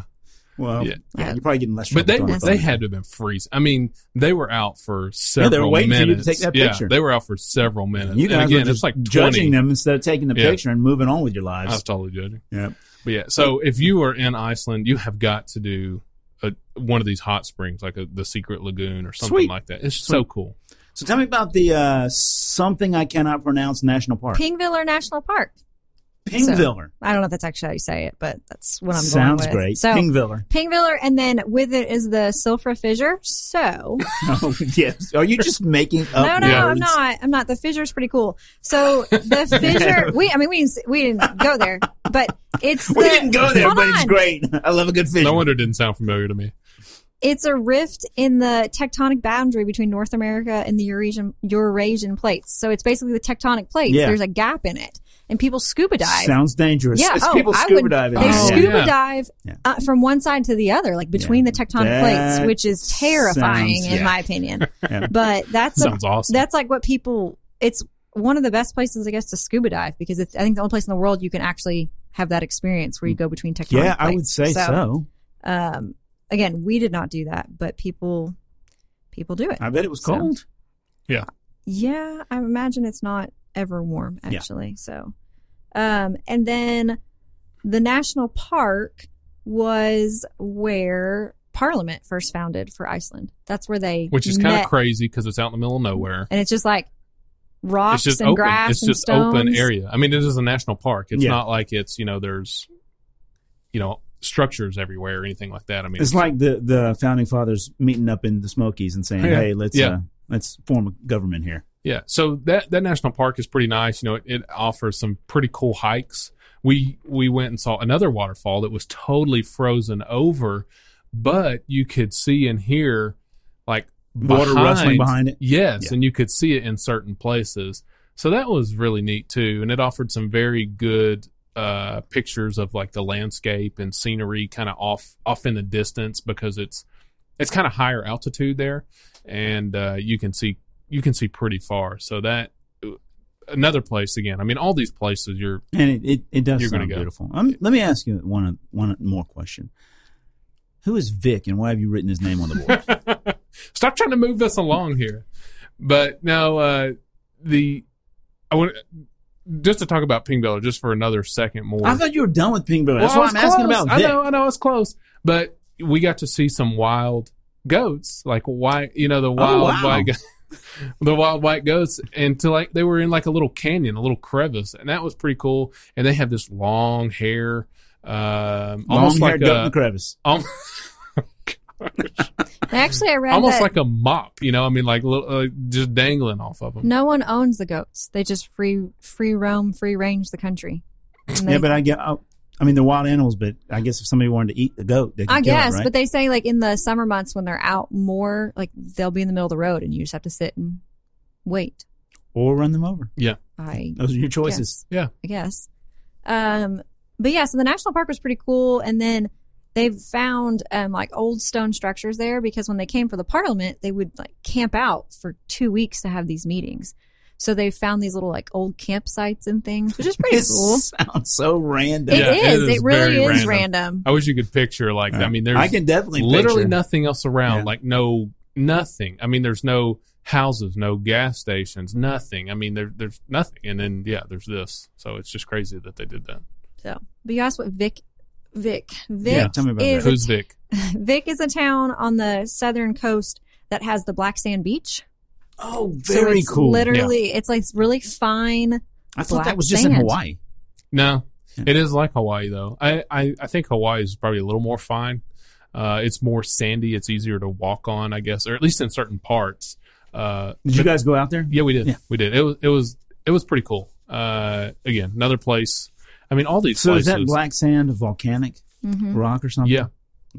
Speaker 2: well,
Speaker 3: Yeah.
Speaker 2: yeah. you're probably getting less.
Speaker 3: But they
Speaker 2: trouble throwing a
Speaker 3: they
Speaker 2: phone.
Speaker 3: had to have been freezing. I mean, they were out for
Speaker 2: were
Speaker 3: several.
Speaker 2: waiting for you to
Speaker 3: minutes.
Speaker 2: take that picture.
Speaker 3: Yeah, they were out for several minutes.
Speaker 2: you
Speaker 3: and
Speaker 2: guys
Speaker 3: again,
Speaker 2: were just
Speaker 3: it's like 20.
Speaker 2: judging them instead of taking the
Speaker 3: Yeah. Oh.
Speaker 2: picture and moving on with your
Speaker 3: I was
Speaker 2: lives.
Speaker 3: totally judging.
Speaker 2: Yep.
Speaker 3: But yeah, so if you are in Iceland, you have got to do a, one of these hot springs, like a, the Secret Lagoon or something
Speaker 2: Sweet.
Speaker 3: like that. It's so cool.
Speaker 2: So tell me about the uh, something I cannot pronounce national park.
Speaker 1: Pingviller National Park.
Speaker 2: Pingviller.
Speaker 1: I don't know if that's actually how you say it, but that's what I'm
Speaker 2: Sounds
Speaker 1: going with.
Speaker 2: great.
Speaker 1: So
Speaker 2: Pingviller.
Speaker 1: Pingviller, and then with it is the Silfra Fissure. So
Speaker 2: (laughs) Oh, yes. Are you just making up
Speaker 1: No, no,
Speaker 2: words?
Speaker 1: I'm not. I'm not. The fissure's pretty cool. So
Speaker 2: (laughs)
Speaker 1: the fissure, we, I mean, we didn't, we didn't go there, but
Speaker 2: (laughs)
Speaker 1: it's
Speaker 2: We
Speaker 1: the-
Speaker 2: didn't go there,
Speaker 1: hold
Speaker 2: but it's
Speaker 1: on.
Speaker 2: great. I love a good fish.
Speaker 3: No wonder it didn't sound familiar to me.
Speaker 1: It's a rift in the tectonic boundary between North America and the Eurasian Eurasian plates. So it's basically the tectonic plates.
Speaker 2: Yeah.
Speaker 1: There's a gap in it, and people scuba dive.
Speaker 2: Sounds dangerous.
Speaker 1: Yeah,
Speaker 2: it's
Speaker 1: oh,
Speaker 2: people
Speaker 1: I
Speaker 2: scuba
Speaker 1: would-
Speaker 2: diving.
Speaker 1: They
Speaker 2: now.
Speaker 3: Oh,
Speaker 1: scuba
Speaker 3: yeah.
Speaker 1: dive
Speaker 2: Yeah.
Speaker 1: uh, from one side to the other, like between the tectonic
Speaker 2: That
Speaker 1: plates, which is terrifying
Speaker 2: sounds-
Speaker 1: in
Speaker 2: yeah.
Speaker 1: my opinion.
Speaker 2: Yeah.
Speaker 3: (laughs)
Speaker 1: But that's a,
Speaker 3: Sounds awesome.
Speaker 1: that's like what people. It's one of the best places, I guess, to scuba dive because it's I think the only place in the world you can actually have that experience where you go between tectonic.
Speaker 2: Yeah, I
Speaker 1: plates.
Speaker 2: would say so.
Speaker 1: Um, again, we did not do that, but people people do it.
Speaker 2: I bet it was
Speaker 1: So-
Speaker 2: cold.
Speaker 1: Yeah, I imagine it's not ever warm
Speaker 2: Yeah.
Speaker 1: actually. So, um, and then the national park was where Parliament first founded for Iceland. That's where they
Speaker 3: which is kind
Speaker 1: met.
Speaker 3: of crazy because it's out in the middle of nowhere.
Speaker 1: and it's just like rocks
Speaker 3: It's just
Speaker 1: and
Speaker 3: open.
Speaker 1: grass
Speaker 3: It's
Speaker 1: and
Speaker 3: just
Speaker 1: stones.
Speaker 3: open area. I mean, it is a national park. It's
Speaker 2: Yeah.
Speaker 3: not like it's you know there's you know structures everywhere or anything like that. I mean,
Speaker 2: It's like the the founding fathers meeting up in the Smokies and saying,
Speaker 3: Oh, Yeah.
Speaker 2: "Hey, let's
Speaker 3: Yeah.
Speaker 2: uh, let's form a government here."
Speaker 3: Yeah, so that that national park is pretty nice. You know, it, it offers some pretty cool hikes. We we went and saw another waterfall that was totally frozen over, but you could see and hear like
Speaker 2: Water rustling behind it.
Speaker 3: Yes,
Speaker 2: Yeah.
Speaker 3: and you could see it in certain places. So that was really neat too, and it offered some very good uh, pictures of like the landscape and scenery, kind of off off in the distance because it's it's kind of higher altitude there, and uh, you can see you can see pretty far. So that another place again. I mean, all these places you're
Speaker 2: And it, it, it does
Speaker 3: You're gonna
Speaker 2: sound
Speaker 3: go.
Speaker 2: beautiful. Um, let me ask you one one more question. Who is Vic, and why have you written his name on the
Speaker 3: (laughs)
Speaker 2: board?
Speaker 3: stop trying to move us along here. But now uh, the I want just to talk about Pink Bella just for another second more.
Speaker 2: I thought you were done with Pink Brother. That's
Speaker 3: Well,
Speaker 2: why
Speaker 3: I
Speaker 2: I'm
Speaker 3: was
Speaker 2: asking
Speaker 3: close.
Speaker 2: about
Speaker 3: I
Speaker 2: Vic.
Speaker 3: know, I know, it's close, but we got to see some wild goats, like why you know the wild
Speaker 2: Oh, wow.
Speaker 3: white, go- (laughs) the wild white goats, and to like they were in like a little canyon, a little crevice, and that was pretty cool. And they have this long hair, um, almost like
Speaker 2: Long-haired goat in the
Speaker 3: a,
Speaker 2: crevice.
Speaker 3: um,
Speaker 1: Actually, I
Speaker 3: (laughs)
Speaker 1: read
Speaker 3: almost
Speaker 1: that
Speaker 3: like a mop, you know. I mean, like little, uh, just dangling off of them.
Speaker 1: no one owns the goats. They just free free roam, free range the country. And
Speaker 2: yeah,
Speaker 1: they-
Speaker 2: but I get. I, I mean, they're wild animals, but I guess if somebody wanted to eat the goat, they could
Speaker 1: I
Speaker 2: kill
Speaker 1: guess,
Speaker 2: it, right?
Speaker 1: but they say like in the summer months when they're out more, like they'll be in the middle of the road and you just have to sit and wait.
Speaker 2: or run them over.
Speaker 1: I
Speaker 2: Those are your choices.
Speaker 1: I guess. Um, but yeah, so the national park was pretty cool, and then they've found um, like old stone structures there because when they came for the parliament, they would like camp out for two weeks to have these meetings. So they found these little like old campsites and things, which is pretty
Speaker 2: It (laughs)
Speaker 1: cool.
Speaker 2: sounds so random.
Speaker 1: It
Speaker 3: Yeah, it
Speaker 1: is.
Speaker 3: is
Speaker 1: It really
Speaker 3: very
Speaker 1: is
Speaker 3: random.
Speaker 1: random.
Speaker 3: I wish you could picture like I mean, there's
Speaker 2: I can definitely
Speaker 3: literally
Speaker 2: picture.
Speaker 3: nothing else around.
Speaker 2: Yeah.
Speaker 3: Like no nothing. I mean, there's no houses, no gas stations, nothing. I mean, there, there's nothing. And then yeah, there's this. So it's just crazy that they did that.
Speaker 1: But you asked what Vic, Vic, Vic
Speaker 2: Yeah, tell me about
Speaker 1: is
Speaker 2: that.
Speaker 3: Who's Vic?
Speaker 1: Vic is a town on the southern coast that has the black sand beach.
Speaker 2: Oh,
Speaker 1: So
Speaker 2: very
Speaker 1: it's
Speaker 2: cool.
Speaker 1: Literally, it's like really fine.
Speaker 2: I thought
Speaker 1: black
Speaker 2: that was just in
Speaker 1: sand.
Speaker 2: Hawaii.
Speaker 3: No,
Speaker 2: Yeah.
Speaker 3: it is like Hawaii though. I, I I think Hawaii is probably a little more fine. Uh, it's more sandy. It's easier to walk on, I guess, or at least in certain parts. Uh,
Speaker 2: Did you guys go out there?
Speaker 3: Yeah, we did.
Speaker 2: Yeah.
Speaker 3: We did. It was it was it was pretty cool. Uh, again, another place. I mean, all these
Speaker 2: So is
Speaker 3: places.
Speaker 2: that black sand a volcanic
Speaker 1: Mhm.
Speaker 2: rock or something?
Speaker 3: Yeah.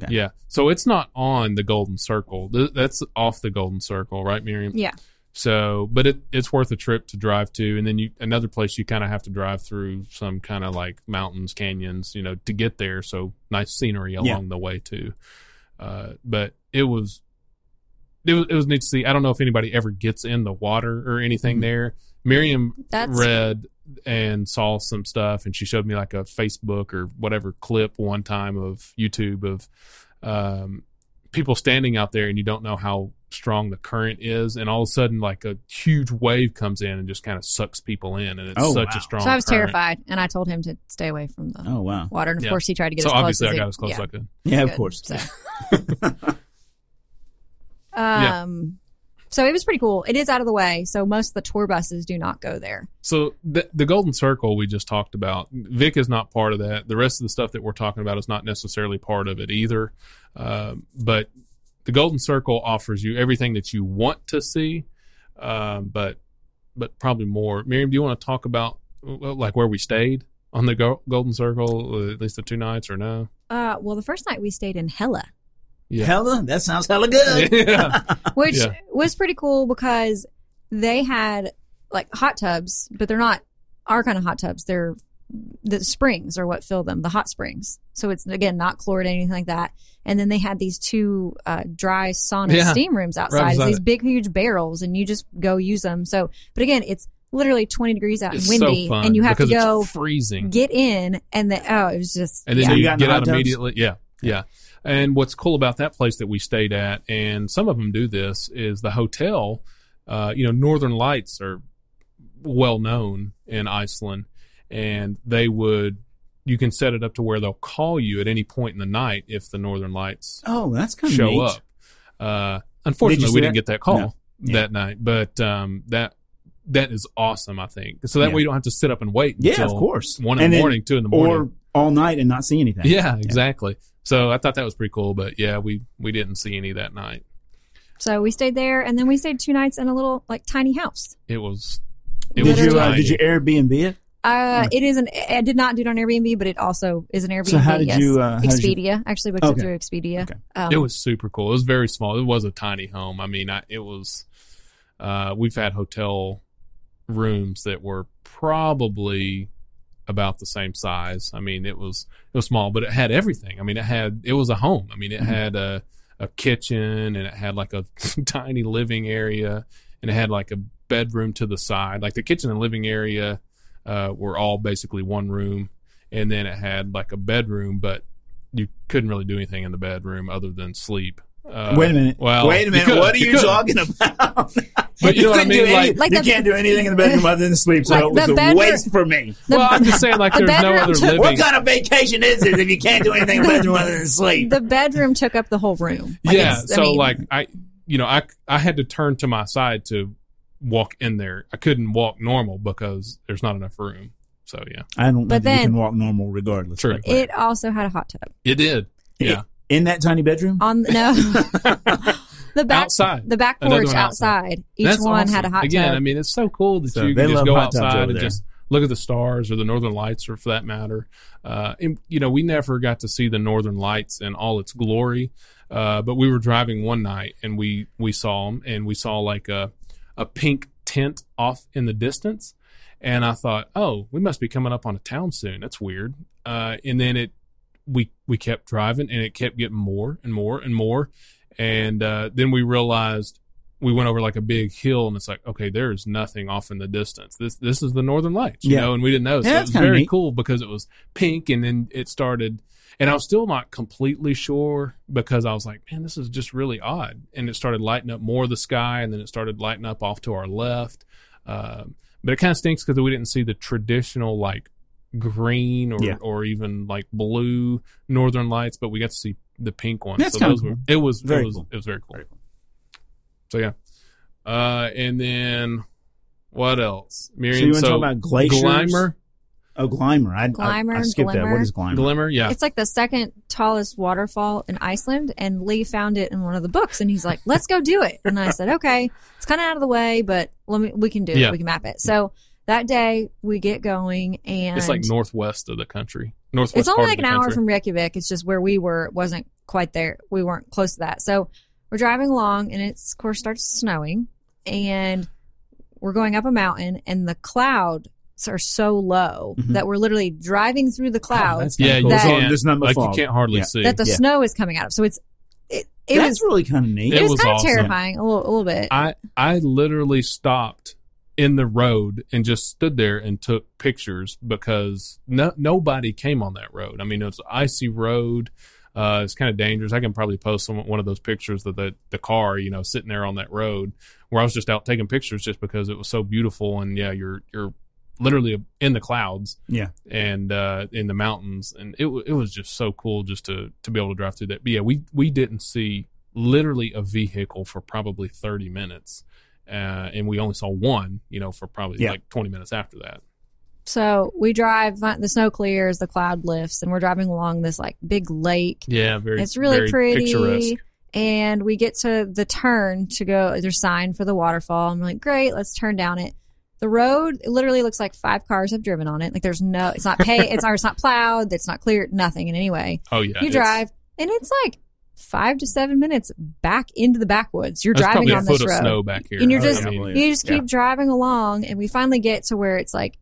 Speaker 2: Okay.
Speaker 3: Yeah. So it's not on the golden circle. Th- That's off the golden circle, right, Miriam?
Speaker 1: Yeah.
Speaker 3: So, but it, it's worth a trip to drive to, and then you another place you kind of have to drive through some kind of like mountains, canyons, you know, to get there. So nice scenery along
Speaker 2: Yeah.
Speaker 3: the way too. Uh, but it was, it was it was neat to see. I don't know if anybody ever gets in the water or anything
Speaker 2: Mhm.
Speaker 3: there. Miriam
Speaker 1: That's
Speaker 3: read and saw some stuff and she showed me like a facebook or whatever clip one time of youtube of um, people standing out there and you don't know how strong the current is and all of a sudden like a huge wave comes in and just kind of sucks people in and it's
Speaker 2: Oh,
Speaker 3: such
Speaker 2: wow.
Speaker 3: a strong
Speaker 1: so. I was
Speaker 3: current.
Speaker 1: terrified, and I told him to stay away from the
Speaker 2: Oh wow.
Speaker 1: water. And of
Speaker 3: Yeah.
Speaker 1: course, he tried to get
Speaker 3: so
Speaker 1: as close
Speaker 3: obviously
Speaker 1: as
Speaker 3: i
Speaker 1: he,
Speaker 3: got as close as i could
Speaker 2: Yeah, of
Speaker 1: good.
Speaker 2: course.
Speaker 1: So,
Speaker 3: Yeah.
Speaker 1: um, so it was pretty cool. It is out of the way, so most of the tour buses do not go there.
Speaker 3: So the, the golden circle we just talked about, Vic is not part of that. The rest of the stuff that we're talking about is not necessarily part of it either. Um, but the golden circle offers you everything that you want to see, um, but but probably more. Miriam, do you want to talk about uh, like where we stayed on the go- golden circle, uh, at least the two nights or no?
Speaker 1: Uh, well, the first night we stayed in Hella,
Speaker 3: Yeah.
Speaker 2: Hella, that sounds hella
Speaker 1: Uh,
Speaker 2: good.
Speaker 3: (laughs) yeah,
Speaker 1: which
Speaker 3: Yeah.
Speaker 1: was pretty cool because they had like hot tubs, but they're not our kind of hot tubs, they're the springs are what fill them, the hot springs. So it's again not chlorinated anything like that. And then they had these two uh, dry sauna
Speaker 3: Yeah.
Speaker 1: steam rooms outside,
Speaker 3: beside
Speaker 1: It's these
Speaker 3: it.
Speaker 1: big huge barrels, and you just go use them. So, but again, it's literally twenty degrees out
Speaker 3: It's
Speaker 1: and windy,
Speaker 3: so fun
Speaker 1: and you have to
Speaker 3: because it's
Speaker 1: go
Speaker 3: freezing.
Speaker 1: get in, and the oh, it was just
Speaker 3: and then
Speaker 1: yeah.
Speaker 2: So
Speaker 3: you,
Speaker 2: you got in
Speaker 3: get
Speaker 2: the hot
Speaker 3: out
Speaker 2: tubs?
Speaker 3: immediately. Yeah, yeah. And what's cool about that place that we stayed at, and some of them do this, is the hotel. Uh, you know, Northern Lights are well known in Iceland, and they would. You can set it up to where they'll call you at any point in the night if the Northern Lights
Speaker 2: Oh, that's kind of
Speaker 3: show
Speaker 2: neat.
Speaker 3: up. Uh, unfortunately,
Speaker 2: Did you see
Speaker 3: we didn't
Speaker 2: that?
Speaker 3: get that call
Speaker 2: No.
Speaker 3: that night, but um, that that is awesome. I think so that
Speaker 2: Yeah.
Speaker 3: way you don't have to sit up and wait.
Speaker 2: Yeah,
Speaker 3: until
Speaker 2: of course.
Speaker 3: One in
Speaker 2: And
Speaker 3: the
Speaker 2: then-
Speaker 3: morning, two in the morning,
Speaker 2: Or all night and not see
Speaker 3: (laughs)
Speaker 2: anything.
Speaker 3: yeah, exactly. So I thought that was pretty cool, but yeah, we we didn't see any that night.
Speaker 1: So we stayed there, and then we stayed two nights in a little like tiny house.
Speaker 3: It was it
Speaker 2: Did
Speaker 3: was
Speaker 2: you uh,
Speaker 3: tiny.
Speaker 2: did you Airbnb it?
Speaker 1: Uh, It is an. I did not do it on Airbnb, but it also is an Airbnb.
Speaker 2: So how did
Speaker 1: yes.
Speaker 2: you, uh, how did you-
Speaker 1: Expedia actually booked
Speaker 2: Okay.
Speaker 1: it through Expedia.
Speaker 2: Okay.
Speaker 1: Um,
Speaker 3: it was super cool. It was very small. It was a tiny home. I mean, I, it was. Uh, we've had hotel rooms that were probably about the same size. I mean, it was it was small, but it had everything. I mean, it had it was a home. I mean, it
Speaker 2: Mhm.
Speaker 3: had a a kitchen and it had like a (laughs) tiny living area and it had like a bedroom to the side. Like the kitchen and living area uh, were all basically one room, and then it had like a bedroom, but you couldn't really do anything in the bedroom other than sleep. Uh,
Speaker 2: Wait a minute.
Speaker 3: Well,
Speaker 2: Wait a
Speaker 3: you
Speaker 2: minute.
Speaker 3: could-
Speaker 2: what are you,
Speaker 3: could.
Speaker 2: talking about?
Speaker 3: (laughs) But you know what I
Speaker 2: couldn't
Speaker 3: mean,
Speaker 2: do any-
Speaker 3: like-
Speaker 1: Like
Speaker 2: you
Speaker 1: the-
Speaker 2: can't do anything in the bedroom other than sleep. So
Speaker 1: Like
Speaker 2: it was
Speaker 1: the
Speaker 2: a
Speaker 1: bedroom-
Speaker 2: waste for me.
Speaker 1: the-
Speaker 3: well, I'm just saying,
Speaker 1: (laughs)
Speaker 3: like,
Speaker 1: the
Speaker 3: there's no
Speaker 1: bedroom
Speaker 3: other
Speaker 1: took-
Speaker 3: living.
Speaker 2: What kind of vacation is this if you can't do anything in the bedroom other than sleep?
Speaker 1: the bedroom took up the whole room. Like,
Speaker 3: yeah.
Speaker 1: it's- I
Speaker 3: So
Speaker 1: mean,
Speaker 3: like I, you know, I I had to turn to my side to walk in there. I couldn't walk normal because there's not enough room. So yeah,
Speaker 2: I don't know
Speaker 1: But
Speaker 2: that you
Speaker 1: then-
Speaker 2: can walk normal regardless.
Speaker 3: True.
Speaker 2: but-
Speaker 1: it also had a hot tub
Speaker 3: it (laughs) did. Yeah,
Speaker 2: in that tiny bedroom?
Speaker 1: on the,
Speaker 3: (laughs)
Speaker 1: no the back
Speaker 3: outside.
Speaker 1: the back
Speaker 3: Another
Speaker 1: porch
Speaker 3: one outside.
Speaker 1: outside. Each
Speaker 3: That's
Speaker 1: one had a
Speaker 3: awesome.
Speaker 1: hot
Speaker 3: Again, I
Speaker 1: tub.
Speaker 3: mean, it's so cool that
Speaker 2: So
Speaker 3: you
Speaker 2: they
Speaker 3: can just
Speaker 2: love
Speaker 3: go
Speaker 2: hot tubs
Speaker 3: outside
Speaker 2: over
Speaker 3: and
Speaker 2: there.
Speaker 3: just look at the stars or the northern lights, or for that matter. Uh, and, you know, we never got to see the northern lights in all its glory, uh, but we were driving one night and we we saw them, and we saw like a a pink tint off in the distance, and I thought, oh, we must be coming up on a town soon. That's weird. Uh, and then it we we kept driving, and it kept getting more and more and more, and uh, then we realized we went over like a big hill and it's like okay there is nothing off in the distance this this is the northern lights you
Speaker 2: Yeah.
Speaker 3: know and we didn't know so
Speaker 2: Yeah,
Speaker 3: it
Speaker 2: that's
Speaker 3: was
Speaker 2: kinda
Speaker 3: very
Speaker 2: neat.
Speaker 3: cool because it was pink and then it started and i was still not completely sure because i was like man this is just really odd and it started lighting up more of the sky and then it started lighting up off to our left um, but it kind of stinks because we didn't see the traditional like green or,
Speaker 2: Yeah.
Speaker 3: or even like blue northern lights but we got to see the pink one
Speaker 2: That's kinda
Speaker 3: those were
Speaker 2: cool.
Speaker 3: it was
Speaker 2: Very
Speaker 3: it was
Speaker 2: cool.
Speaker 3: it was very cool so yeah uh, and then what else?
Speaker 2: so you
Speaker 3: Miriam,
Speaker 2: want to
Speaker 3: so,
Speaker 2: talk about glaciers?
Speaker 3: Glimmer,
Speaker 2: Oh, Glimmer. I, I- I,
Speaker 1: Glimmer,
Speaker 2: skipped that. What
Speaker 1: Glimmer.
Speaker 2: is Glimmer?
Speaker 3: Glimmer, yeah.
Speaker 1: It's like the second tallest waterfall in Iceland, and Lee found it in one of the books, and he's like, "Let's go do it." And I said, "Okay, it's kind of out of the way, but let me we can do it.
Speaker 3: Yeah.
Speaker 1: We can map it." So that day we get going, and
Speaker 3: It's like northwest of the country. Northwest
Speaker 1: it's only
Speaker 3: part
Speaker 1: like
Speaker 3: of
Speaker 1: an
Speaker 3: the
Speaker 1: hour
Speaker 3: country.
Speaker 1: from Reykjavik. It's just where we were it wasn't quite there. We weren't close to that. So we're driving along, and it's of course starts snowing, and we're going up a mountain, and the clouds are so low
Speaker 2: Mhm.
Speaker 1: that we're literally driving through the clouds
Speaker 3: Yeah, you
Speaker 1: That-
Speaker 3: can't-
Speaker 2: There's not much
Speaker 3: like you
Speaker 2: fog.
Speaker 3: can't hardly
Speaker 2: Yeah.
Speaker 3: see.
Speaker 1: that the
Speaker 2: Yeah.
Speaker 1: snow is coming out of. So it's it, it
Speaker 2: That's
Speaker 1: was
Speaker 2: really kind of neat.
Speaker 1: it,
Speaker 3: It
Speaker 1: was,
Speaker 3: was
Speaker 1: kind
Speaker 3: awesome.
Speaker 1: of terrifying a little a little bit.
Speaker 3: I I literally stopped in the road and just stood there and took pictures because no, nobody came on that road. I mean, it's an icy road. Uh, it's kind of dangerous. I can probably post some, one of those pictures of the, the car, you know, sitting there on that road where I was just out taking pictures just because it was so beautiful. And yeah, you're, you're literally in the clouds
Speaker 2: Yeah.
Speaker 3: and, uh, in the mountains. And it, wa- it was just so cool just to, to be able to drive through that. But yeah, we, we didn't see literally a vehicle for probably 30 minutes. Uh, and we only saw one, you know, for probably
Speaker 2: Yeah.
Speaker 3: like 20 minutes after that.
Speaker 1: so we drive, the snow clears, the cloud lifts, and we're driving along this like big lake.
Speaker 3: Yeah. Very,
Speaker 1: it's really
Speaker 3: very
Speaker 1: pretty.
Speaker 3: picturesque.
Speaker 1: And we get to the turn to go. There's sign for the waterfall. I'm like, great, let's turn down it. The road it literally looks like five cars have driven on it. Like there's no, it's
Speaker 3: (laughs)
Speaker 1: not pay, it's not, it's not plowed, it's not cleared, nothing in any way.
Speaker 3: Oh yeah.
Speaker 1: you
Speaker 3: it's-
Speaker 1: drive, and it's like five to seven minutes back into the backwoods. You're
Speaker 3: That's
Speaker 1: driving
Speaker 3: probably a
Speaker 1: on
Speaker 3: foot
Speaker 1: this
Speaker 3: of
Speaker 1: road.
Speaker 3: snow back here.
Speaker 1: And you're
Speaker 3: I
Speaker 1: just-
Speaker 3: mean,
Speaker 2: Yeah.
Speaker 1: You just keep driving along, and we finally get to where it's like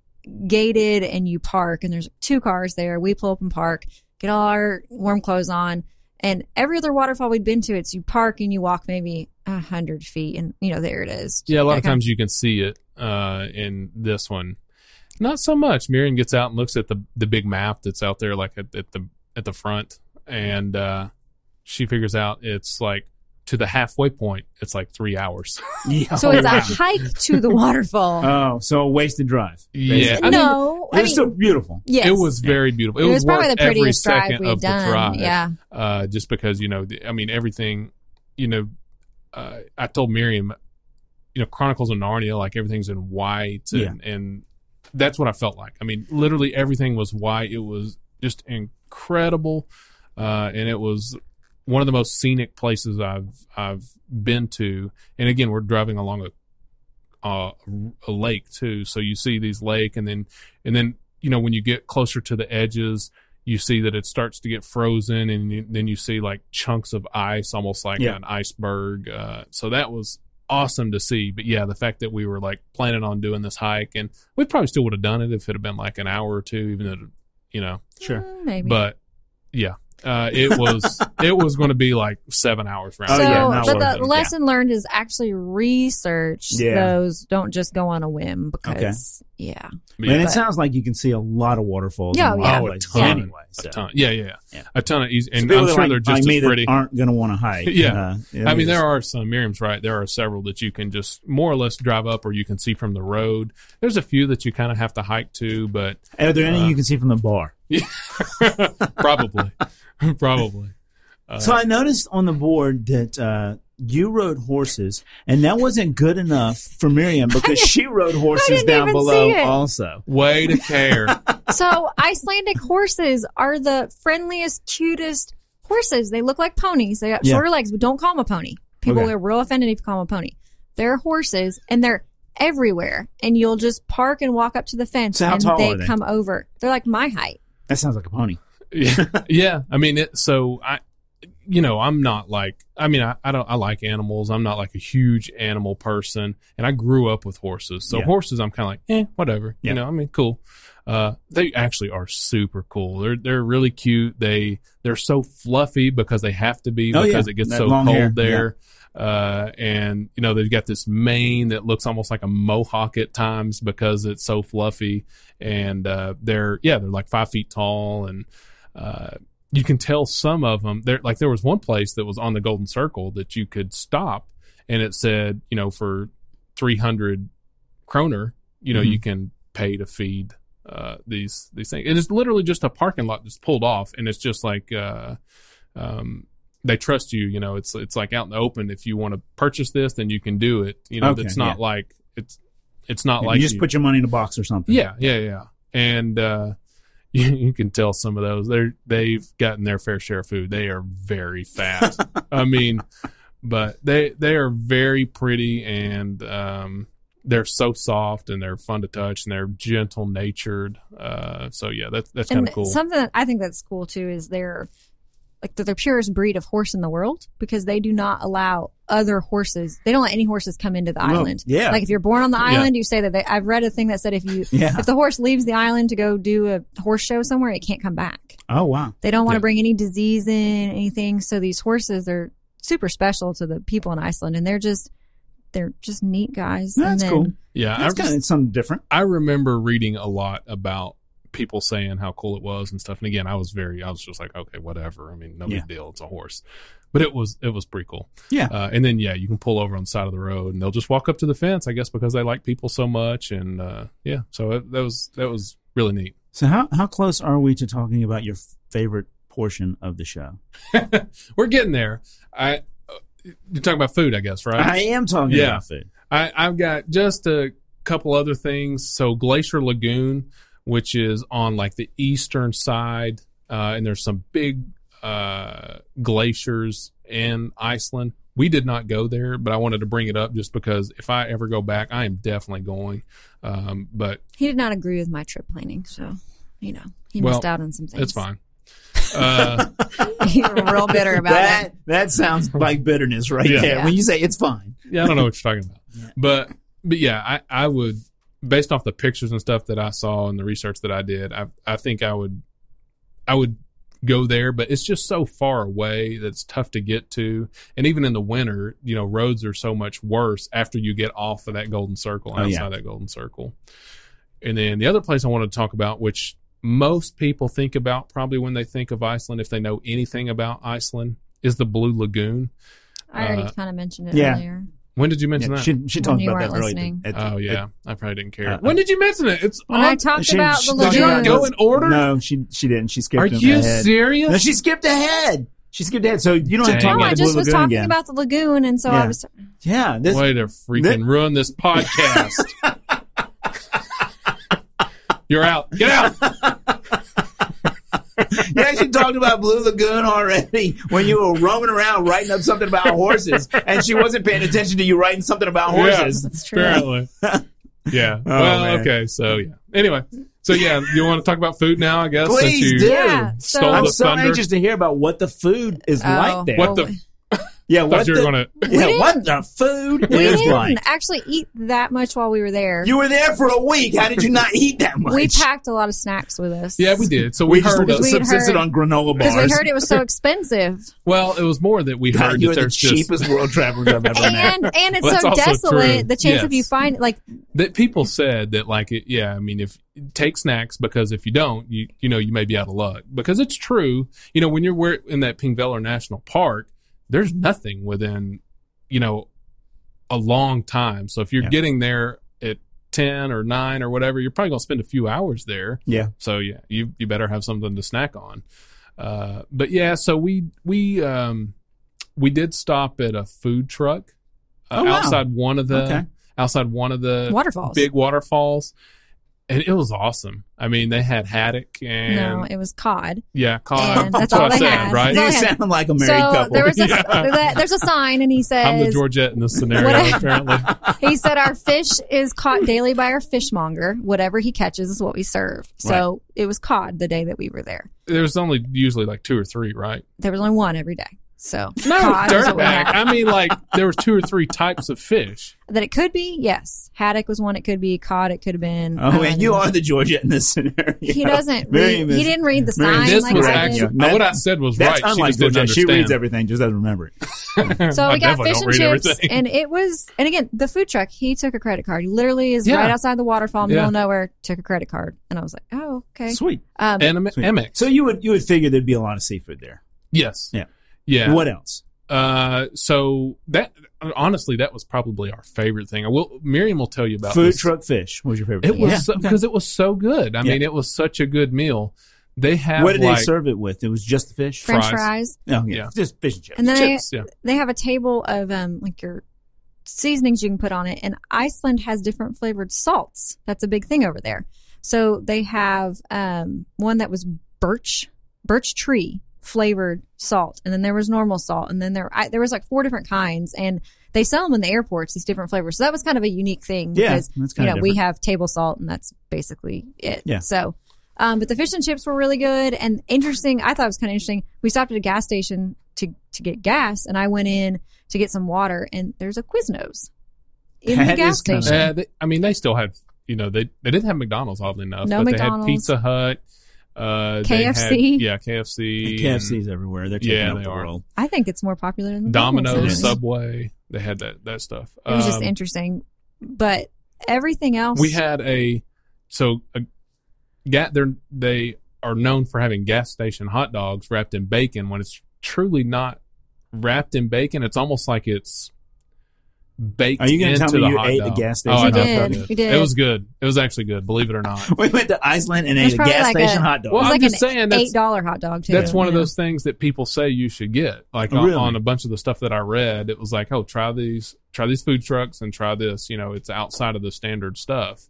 Speaker 1: gated and you park and there's two cars there. We pull up and park, get all our warm clothes on. And every other waterfall we'd been to, it's you park and you walk maybe a hundred feet and you know, there it is.
Speaker 3: Yeah, a lot
Speaker 1: That
Speaker 3: of
Speaker 1: kind
Speaker 3: times you can see it uh, in this one. Not so much. Miriam gets out and looks at the the big map that's out there, like at, at the at the front, and uh, she figures out it's like to the halfway point. It's like three hours. (laughs) Oh,
Speaker 2: Yeah.
Speaker 1: (laughs) So it's a hike to the waterfall.
Speaker 2: oh, so a wasted drive.
Speaker 3: yeah, Uh, I mean,
Speaker 1: no, I
Speaker 2: It's
Speaker 1: mean,
Speaker 2: still beautiful.
Speaker 1: yes.
Speaker 3: it was very beautiful. It,
Speaker 1: It was probably
Speaker 3: worth
Speaker 1: the prettiest
Speaker 3: every
Speaker 1: drive
Speaker 3: second
Speaker 1: we had
Speaker 3: of the
Speaker 1: done.
Speaker 3: drive.
Speaker 1: Yeah.
Speaker 3: uh, just because you know, the, I mean, everything, you know, uh, I told Miriam, you know, Chronicles of Narnia, like everything's in white, and, and that's what I felt like. I mean, literally everything was white. It was just incredible, uh, and it was one of the most scenic places I've I've been to. And again, we're driving along a uh, a lake too, so you see these lake, and then and then you know when you get closer to the edges, you see that it starts to get frozen, and you, then you see like chunks of ice, almost like
Speaker 2: Yeah.
Speaker 3: an iceberg. Uh, so that was awesome to see. But yeah, the fact that we were like planning on doing this hike, and we probably still would have done it if it had been like an hour or two, even though you know.
Speaker 2: Sure.
Speaker 1: Mm, Maybe.
Speaker 3: But yeah, uh, it
Speaker 1: (laughs)
Speaker 3: was it was going to be like seven hours round.
Speaker 2: Oh,
Speaker 1: so,
Speaker 2: yeah, not
Speaker 1: but
Speaker 2: worth
Speaker 1: the
Speaker 2: it.
Speaker 1: lesson learned is actually research
Speaker 2: Yeah.
Speaker 1: those. Don't just go on a whim because, yeah.
Speaker 3: Yeah.
Speaker 2: And it
Speaker 1: But-
Speaker 2: sounds like you can see a lot of waterfalls.
Speaker 1: Yeah,
Speaker 2: in
Speaker 1: yeah.
Speaker 2: Wild
Speaker 3: Oh, a
Speaker 2: Places
Speaker 3: ton.
Speaker 2: Anyway, so.
Speaker 3: A ton. Yeah, yeah, yeah,
Speaker 2: Yeah.
Speaker 3: A ton of easy,
Speaker 2: So
Speaker 3: and
Speaker 2: people
Speaker 3: I'm
Speaker 2: that
Speaker 3: sure
Speaker 2: like-
Speaker 3: they're just
Speaker 2: like me
Speaker 3: as pretty.
Speaker 2: That aren't going to want to hike.
Speaker 3: (laughs) Yeah.
Speaker 2: Uh,
Speaker 3: I mean, there are some. Miriam's right. There are several that you can just more or less drive up, or you can see from the road. There's a few that you kind of have to hike to, but
Speaker 2: Are there any
Speaker 3: uh,
Speaker 2: you can see from the bar?
Speaker 3: probably, (laughs) probably. Uh,
Speaker 2: so I noticed on the board that uh, you rode horses, and that wasn't good enough for (laughs) Miriam because she rode horses
Speaker 1: didn't
Speaker 2: down
Speaker 1: even
Speaker 2: below
Speaker 1: see it.
Speaker 2: also.
Speaker 3: way to care. (laughs)
Speaker 1: so Icelandic horses are the friendliest, cutest horses. They look like ponies. They got
Speaker 2: Yeah.
Speaker 1: shorter legs, but don't call them a pony. People
Speaker 2: Okay.
Speaker 1: are real offended if you call them a pony. They're horses and they're everywhere. And you'll just park and walk up to the fence
Speaker 2: So how
Speaker 1: and
Speaker 2: tall
Speaker 1: they,
Speaker 2: are they?
Speaker 1: come over. They're like my height.
Speaker 2: That sounds like a pony.
Speaker 3: yeah, yeah. I mean, it, so I, you know, I'm not like. I mean, I, I don't. I like animals. I'm not like a huge animal person, and I grew up with horses. So
Speaker 2: Yeah.
Speaker 3: horses, I'm kind of like, eh, whatever.
Speaker 2: Yeah.
Speaker 3: You know, I mean, cool. Uh, they actually are super cool. They're they're really cute. They they're so fluffy because they have to be
Speaker 2: Oh, yeah.
Speaker 3: because it gets
Speaker 2: That
Speaker 3: so
Speaker 2: long
Speaker 3: cold
Speaker 2: hair.
Speaker 3: there. Uh, and you know they've got this mane that looks almost like a mohawk at times because it's so fluffy. And uh, they're yeah they're like five feet tall and uh, you can tell some of them there like there was one place that was on the golden circle that you could stop and it said you know for 300 kroner you know
Speaker 2: Mhm.
Speaker 3: you can pay to feed uh these these things and it's literally just a parking lot that's pulled off and it's just like uh um they trust you you know it's it's like out in the open if you want to purchase this then you can do it you know
Speaker 2: Okay,
Speaker 3: it's not like it's it's not like
Speaker 2: you just
Speaker 3: you-
Speaker 2: put your money in a box or something.
Speaker 3: yeah, yeah, yeah. And uh, (laughs) you, you can tell some of those they are they've gotten their fair share of food. They are very fat. I mean, but they they are very pretty and um, they're so soft and they're fun to touch and they're gentle natured. Uh, so yeah, that's that's kind
Speaker 1: And
Speaker 3: of cool.
Speaker 1: something that I think that's cool too is they're like they're the purest breed of horse in the world because they do not allow other horses. They don't let any horses come into the
Speaker 2: No,
Speaker 1: island.
Speaker 2: yeah.
Speaker 1: Like if you're born on the
Speaker 3: Yeah.
Speaker 1: island, you say that they, I've read a thing that said if you
Speaker 2: (laughs) yeah.
Speaker 1: if the horse leaves the island to go do a horse show somewhere, it can't come back.
Speaker 2: Oh wow.
Speaker 1: They don't want
Speaker 3: Yeah.
Speaker 1: to bring any disease in, anything. So these horses are super special to the people in Iceland, and they're just they're just neat guys.
Speaker 2: That's
Speaker 1: and then,
Speaker 2: cool.
Speaker 3: yeah, I,
Speaker 2: That's kind of something different.
Speaker 3: I remember reading a lot about people saying how cool it was and stuff. And again, I was very, I was just like, okay, whatever. I mean, no
Speaker 2: Yeah.
Speaker 3: big deal. It's a horse, but it was, it was pretty cool.
Speaker 2: Yeah.
Speaker 3: Uh, and then yeah, you can pull over on the side of the road and they'll just walk up to the fence, I guess, because they like people so much. And uh, yeah, so it, that was that was really neat.
Speaker 2: So how how close are we to talking about your favorite portion of the show?
Speaker 3: We're getting there. I uh, you're talking about food, I guess, right?
Speaker 2: I am talking
Speaker 3: Yeah.
Speaker 2: about food.
Speaker 3: I, I've got just a couple other things. So Glacier Lagoon, which is on like the eastern side, uh, and there's some big uh, glaciers in Iceland. We did not go there, but I wanted to bring it up just because if I ever go back, I am definitely going. Um, but
Speaker 1: He did not agree with my trip planning, so you know he
Speaker 3: Well,
Speaker 1: missed out on some things.
Speaker 3: it's
Speaker 1: (laughs)
Speaker 3: fine. Uh,
Speaker 1: He's real bitter about
Speaker 2: that
Speaker 1: it.
Speaker 2: that
Speaker 1: (laughs)
Speaker 2: sounds like bitterness right
Speaker 3: Yeah.
Speaker 2: there
Speaker 1: Yeah.
Speaker 2: when you say it's fine. (laughs)
Speaker 3: yeah, I don't know what you're talking about, but but yeah, I I would based off the pictures and stuff that I saw and the research that I did, I I think I would I would go there, but it's just so far away that it's tough to get to. And even in the winter, you know, roads are so much worse after you get off of that golden circle,
Speaker 2: Oh,
Speaker 3: outside
Speaker 2: yeah.
Speaker 3: that golden circle. And then the other place I want to talk about, which most people think about probably when they think of Iceland, if they know anything about Iceland, is the Blue Lagoon.
Speaker 1: I already
Speaker 3: Uh,
Speaker 1: kind of mentioned it
Speaker 2: yeah.
Speaker 1: earlier.
Speaker 3: When did you mention
Speaker 2: Yeah,
Speaker 3: that?
Speaker 2: she she
Speaker 1: When
Speaker 2: talked
Speaker 1: you
Speaker 2: about
Speaker 1: weren't
Speaker 2: that earlier.
Speaker 1: listening.
Speaker 2: At-
Speaker 3: oh yeah, I probably didn't care.
Speaker 2: Uh,
Speaker 3: when did you mention it? It's
Speaker 1: When
Speaker 3: on.
Speaker 1: I talked
Speaker 2: she-
Speaker 1: about
Speaker 2: she-
Speaker 1: the
Speaker 3: did you not
Speaker 1: lagoon,
Speaker 3: go in order?
Speaker 2: No, she she didn't. She skipped.
Speaker 3: Are
Speaker 2: him
Speaker 3: you
Speaker 2: ahead.
Speaker 3: serious?
Speaker 2: No, she skipped ahead. She skipped ahead. So you don't have to talk
Speaker 3: Dang
Speaker 1: no,
Speaker 3: it.
Speaker 2: about
Speaker 1: I
Speaker 2: the
Speaker 1: just
Speaker 2: Blue
Speaker 1: was
Speaker 2: Lagoon
Speaker 1: talking
Speaker 2: again.
Speaker 1: about the lagoon, and so
Speaker 2: Yeah.
Speaker 1: I was.
Speaker 2: yeah, this
Speaker 3: Way to freaking
Speaker 2: that-
Speaker 3: ruin this
Speaker 2: (laughs)
Speaker 3: podcast. You're out. Get out.
Speaker 2: You actually talked about Blue Lagoon already when you were roaming around writing up something about horses, and she wasn't paying attention to you writing something about
Speaker 3: Yeah.
Speaker 2: (laughs) horses.
Speaker 1: That's true.
Speaker 2: (laughs)
Speaker 3: Apparently. Yeah.
Speaker 2: Oh,
Speaker 3: well,
Speaker 2: man.
Speaker 3: okay. So yeah. Anyway. So yeah, you want to talk about food now? I guess. since
Speaker 2: Please
Speaker 3: you-
Speaker 2: do.
Speaker 1: Yeah, so-
Speaker 3: Stole
Speaker 2: I'm
Speaker 3: the
Speaker 2: so
Speaker 3: thunder.
Speaker 2: anxious to hear about what the food is
Speaker 1: Oh.
Speaker 2: like there.
Speaker 3: What the?
Speaker 1: Well,
Speaker 2: yeah,
Speaker 3: I
Speaker 2: what
Speaker 3: thought you
Speaker 2: the,
Speaker 3: were gonna.
Speaker 2: yeah,
Speaker 1: We
Speaker 2: what the food
Speaker 1: We
Speaker 2: is
Speaker 1: didn't
Speaker 2: like.
Speaker 1: actually eat that much while we were there.
Speaker 2: You were there for a week. How did you not eat that much?
Speaker 1: we packed a lot of snacks with us.
Speaker 3: Yeah, we did. So
Speaker 2: We,
Speaker 3: we,
Speaker 2: just
Speaker 3: heard.
Speaker 1: because
Speaker 3: that-
Speaker 1: we- we'd
Speaker 2: subsisted
Speaker 1: heard-
Speaker 2: on granola
Speaker 1: because
Speaker 2: bars.
Speaker 1: we heard it
Speaker 3: (laughs)
Speaker 1: was so expensive,
Speaker 3: well, it was more that we
Speaker 2: God,
Speaker 3: heard
Speaker 2: you
Speaker 3: that
Speaker 2: are the
Speaker 3: there's just
Speaker 2: cheapest world travelers I've ever met.
Speaker 1: and and it's
Speaker 3: Well,
Speaker 1: so
Speaker 3: that's also
Speaker 1: desolate.
Speaker 3: true.
Speaker 1: The chance of
Speaker 3: Yes.
Speaker 1: you find like
Speaker 3: that people said that like it, yeah i mean if take snacks because if you don't you you know you may be out of luck because it's true you know when you're where in that pingveller national park there's nothing within you know a long time so if you're
Speaker 2: Yeah.
Speaker 3: getting there at 10 or 9 or whatever you're probably going to spend a few hours there
Speaker 2: Yeah.
Speaker 3: so yeah you you better have something to snack on uh but yeah so we we um we did stop at a food truck uh,
Speaker 2: Oh, wow.
Speaker 3: outside one of the
Speaker 2: Okay.
Speaker 3: outside one of the
Speaker 1: waterfalls.
Speaker 3: big waterfalls. And it was awesome. I mean, they had haddock and
Speaker 1: no, it was cod.
Speaker 3: yeah, cod.
Speaker 1: And that's
Speaker 3: what
Speaker 1: all
Speaker 3: I
Speaker 1: they
Speaker 3: said,
Speaker 1: had.
Speaker 3: right?
Speaker 1: Go
Speaker 2: You
Speaker 1: ahead.
Speaker 2: sound like a married
Speaker 1: so
Speaker 2: couple.
Speaker 1: there was
Speaker 3: (laughs)
Speaker 1: a,
Speaker 3: Yeah.
Speaker 1: that- there's a sign, and he
Speaker 3: (laughs) I'm the
Speaker 1: says
Speaker 3: Georgette in this scenario,
Speaker 1: What I-
Speaker 3: apparently.
Speaker 1: he
Speaker 3: (laughs)
Speaker 1: said our fish is caught daily by our fishmonger. Whatever he catches is what we serve. So it was cod the day that we were there.
Speaker 3: There was only usually like two or three, right?
Speaker 1: There was only one every day. So
Speaker 3: No,
Speaker 1: cod is what we
Speaker 3: dirtbag.
Speaker 1: had.
Speaker 3: I mean, like there was two or three types of fish.
Speaker 1: That it could be yes, haddock was one. It could be cod. It could have been.
Speaker 2: oh, man,
Speaker 1: um,
Speaker 2: you are the Georgia in this scenario.
Speaker 1: He
Speaker 3: (laughs)
Speaker 1: doesn't.
Speaker 2: Very
Speaker 1: Read,
Speaker 2: mis-
Speaker 1: he didn't read the
Speaker 2: very
Speaker 1: sign
Speaker 3: this
Speaker 1: like
Speaker 3: was
Speaker 1: I
Speaker 2: misread.
Speaker 1: did.
Speaker 3: actually
Speaker 2: Yeah. That-
Speaker 3: what I said was
Speaker 2: That's
Speaker 3: right. She
Speaker 2: unlike
Speaker 3: just didn't
Speaker 2: Georgia. She
Speaker 3: understand.
Speaker 2: reads everything, just doesn't remember it.
Speaker 1: (laughs)
Speaker 3: (laughs)
Speaker 1: So
Speaker 3: I
Speaker 1: we got
Speaker 3: definitely
Speaker 1: fish
Speaker 3: don't
Speaker 1: and
Speaker 3: read
Speaker 2: (laughs)
Speaker 1: chips,
Speaker 3: everything.
Speaker 1: and it was. And again, the food truck. He took a credit card. He literally is
Speaker 3: Yeah.
Speaker 1: right outside the waterfall, middle
Speaker 3: Yeah.
Speaker 1: of nowhere. Took a credit card, and I was like, oh okay.
Speaker 2: Sweet.
Speaker 1: Um,
Speaker 3: And em-
Speaker 2: Sweet.
Speaker 3: Emmex.
Speaker 2: So you would you would figure there'd be a lot of seafood there.
Speaker 3: yes.
Speaker 2: Yeah.
Speaker 3: Yeah.
Speaker 2: What else?
Speaker 3: Uh, so that honestly, that was probably our favorite thing. I will. Miriam will tell you about
Speaker 2: Food
Speaker 3: this.
Speaker 2: truck fish was your favorite.
Speaker 3: It
Speaker 2: thing.
Speaker 3: was
Speaker 2: Yeah.
Speaker 3: so because it was so good. I mean, it was such a good meal. They have
Speaker 2: What did
Speaker 3: like,
Speaker 2: they serve it with? It was just the fish.
Speaker 1: French
Speaker 3: fries.
Speaker 1: fries.
Speaker 2: No, yeah,
Speaker 3: Yeah.
Speaker 2: just fish and chips.
Speaker 1: And then I-
Speaker 3: chips. Yeah,
Speaker 1: they have a table of um like your seasonings you can put on it, and Iceland has different flavored salts. That's a big thing over there. So they have um one that was birch birch tree flavored salt, and then there was normal salt, and then there I, there was like four different kinds, and they sell them in the airports these different flavors. So that was kind of a unique thing
Speaker 2: yeah,
Speaker 1: because
Speaker 2: that's kind of
Speaker 1: you know
Speaker 2: different.
Speaker 1: we have table salt and that's basically it
Speaker 2: Yeah.
Speaker 1: so um, but the fish and chips were really good and interesting i thought it was kind of interesting we stopped at a gas station to to get gas and i went in to get some water and there's a quiznos in
Speaker 2: That
Speaker 1: the gas
Speaker 2: is kinda-
Speaker 1: station
Speaker 3: Uh, they, I mean, they still had you know they they didn't have McDonald's oddly enough,
Speaker 1: No
Speaker 3: but
Speaker 1: McDonald's.
Speaker 3: they had Pizza Hut, uh, they had-
Speaker 1: KFC.
Speaker 3: yeah, KFC,
Speaker 2: The KFC's everywhere. They're taking
Speaker 3: Yeah,
Speaker 2: over
Speaker 3: they
Speaker 2: the
Speaker 3: are.
Speaker 2: world. (laughs)
Speaker 1: i think it's more popular than the
Speaker 3: and Domino's,
Speaker 1: McDonald's.
Speaker 2: Yes.
Speaker 3: Subway. They had that that stuff.
Speaker 1: it was just
Speaker 3: Um,
Speaker 1: interesting but everything else
Speaker 3: we had a so a ga- they're, they are known for having gas station hot dogs wrapped in bacon when it's truly not wrapped in bacon it's almost like it's baked
Speaker 2: Are you gonna
Speaker 3: into
Speaker 2: tell me
Speaker 3: the
Speaker 2: you
Speaker 3: hot
Speaker 2: ate
Speaker 3: dog.
Speaker 2: the gas
Speaker 3: oh, I
Speaker 1: station
Speaker 3: definitely
Speaker 1: hot dog? We did.
Speaker 3: it was good it was actually good believe it or not
Speaker 2: We went to Iceland and
Speaker 1: It
Speaker 2: ate
Speaker 1: was
Speaker 2: a
Speaker 1: probably
Speaker 2: gas
Speaker 1: like
Speaker 2: station
Speaker 1: a-
Speaker 2: hot dog.
Speaker 3: well
Speaker 1: was
Speaker 3: i'm
Speaker 1: like
Speaker 3: just
Speaker 1: an
Speaker 3: saying
Speaker 1: eight
Speaker 3: that's
Speaker 1: dollar hot dog too
Speaker 3: that's one of
Speaker 1: you know.
Speaker 3: those things that people say you should get like
Speaker 2: Oh,
Speaker 3: on,
Speaker 2: really?
Speaker 3: on a bunch of the stuff that i read it was like oh try these try these food trucks and try this you know it's outside of the standard stuff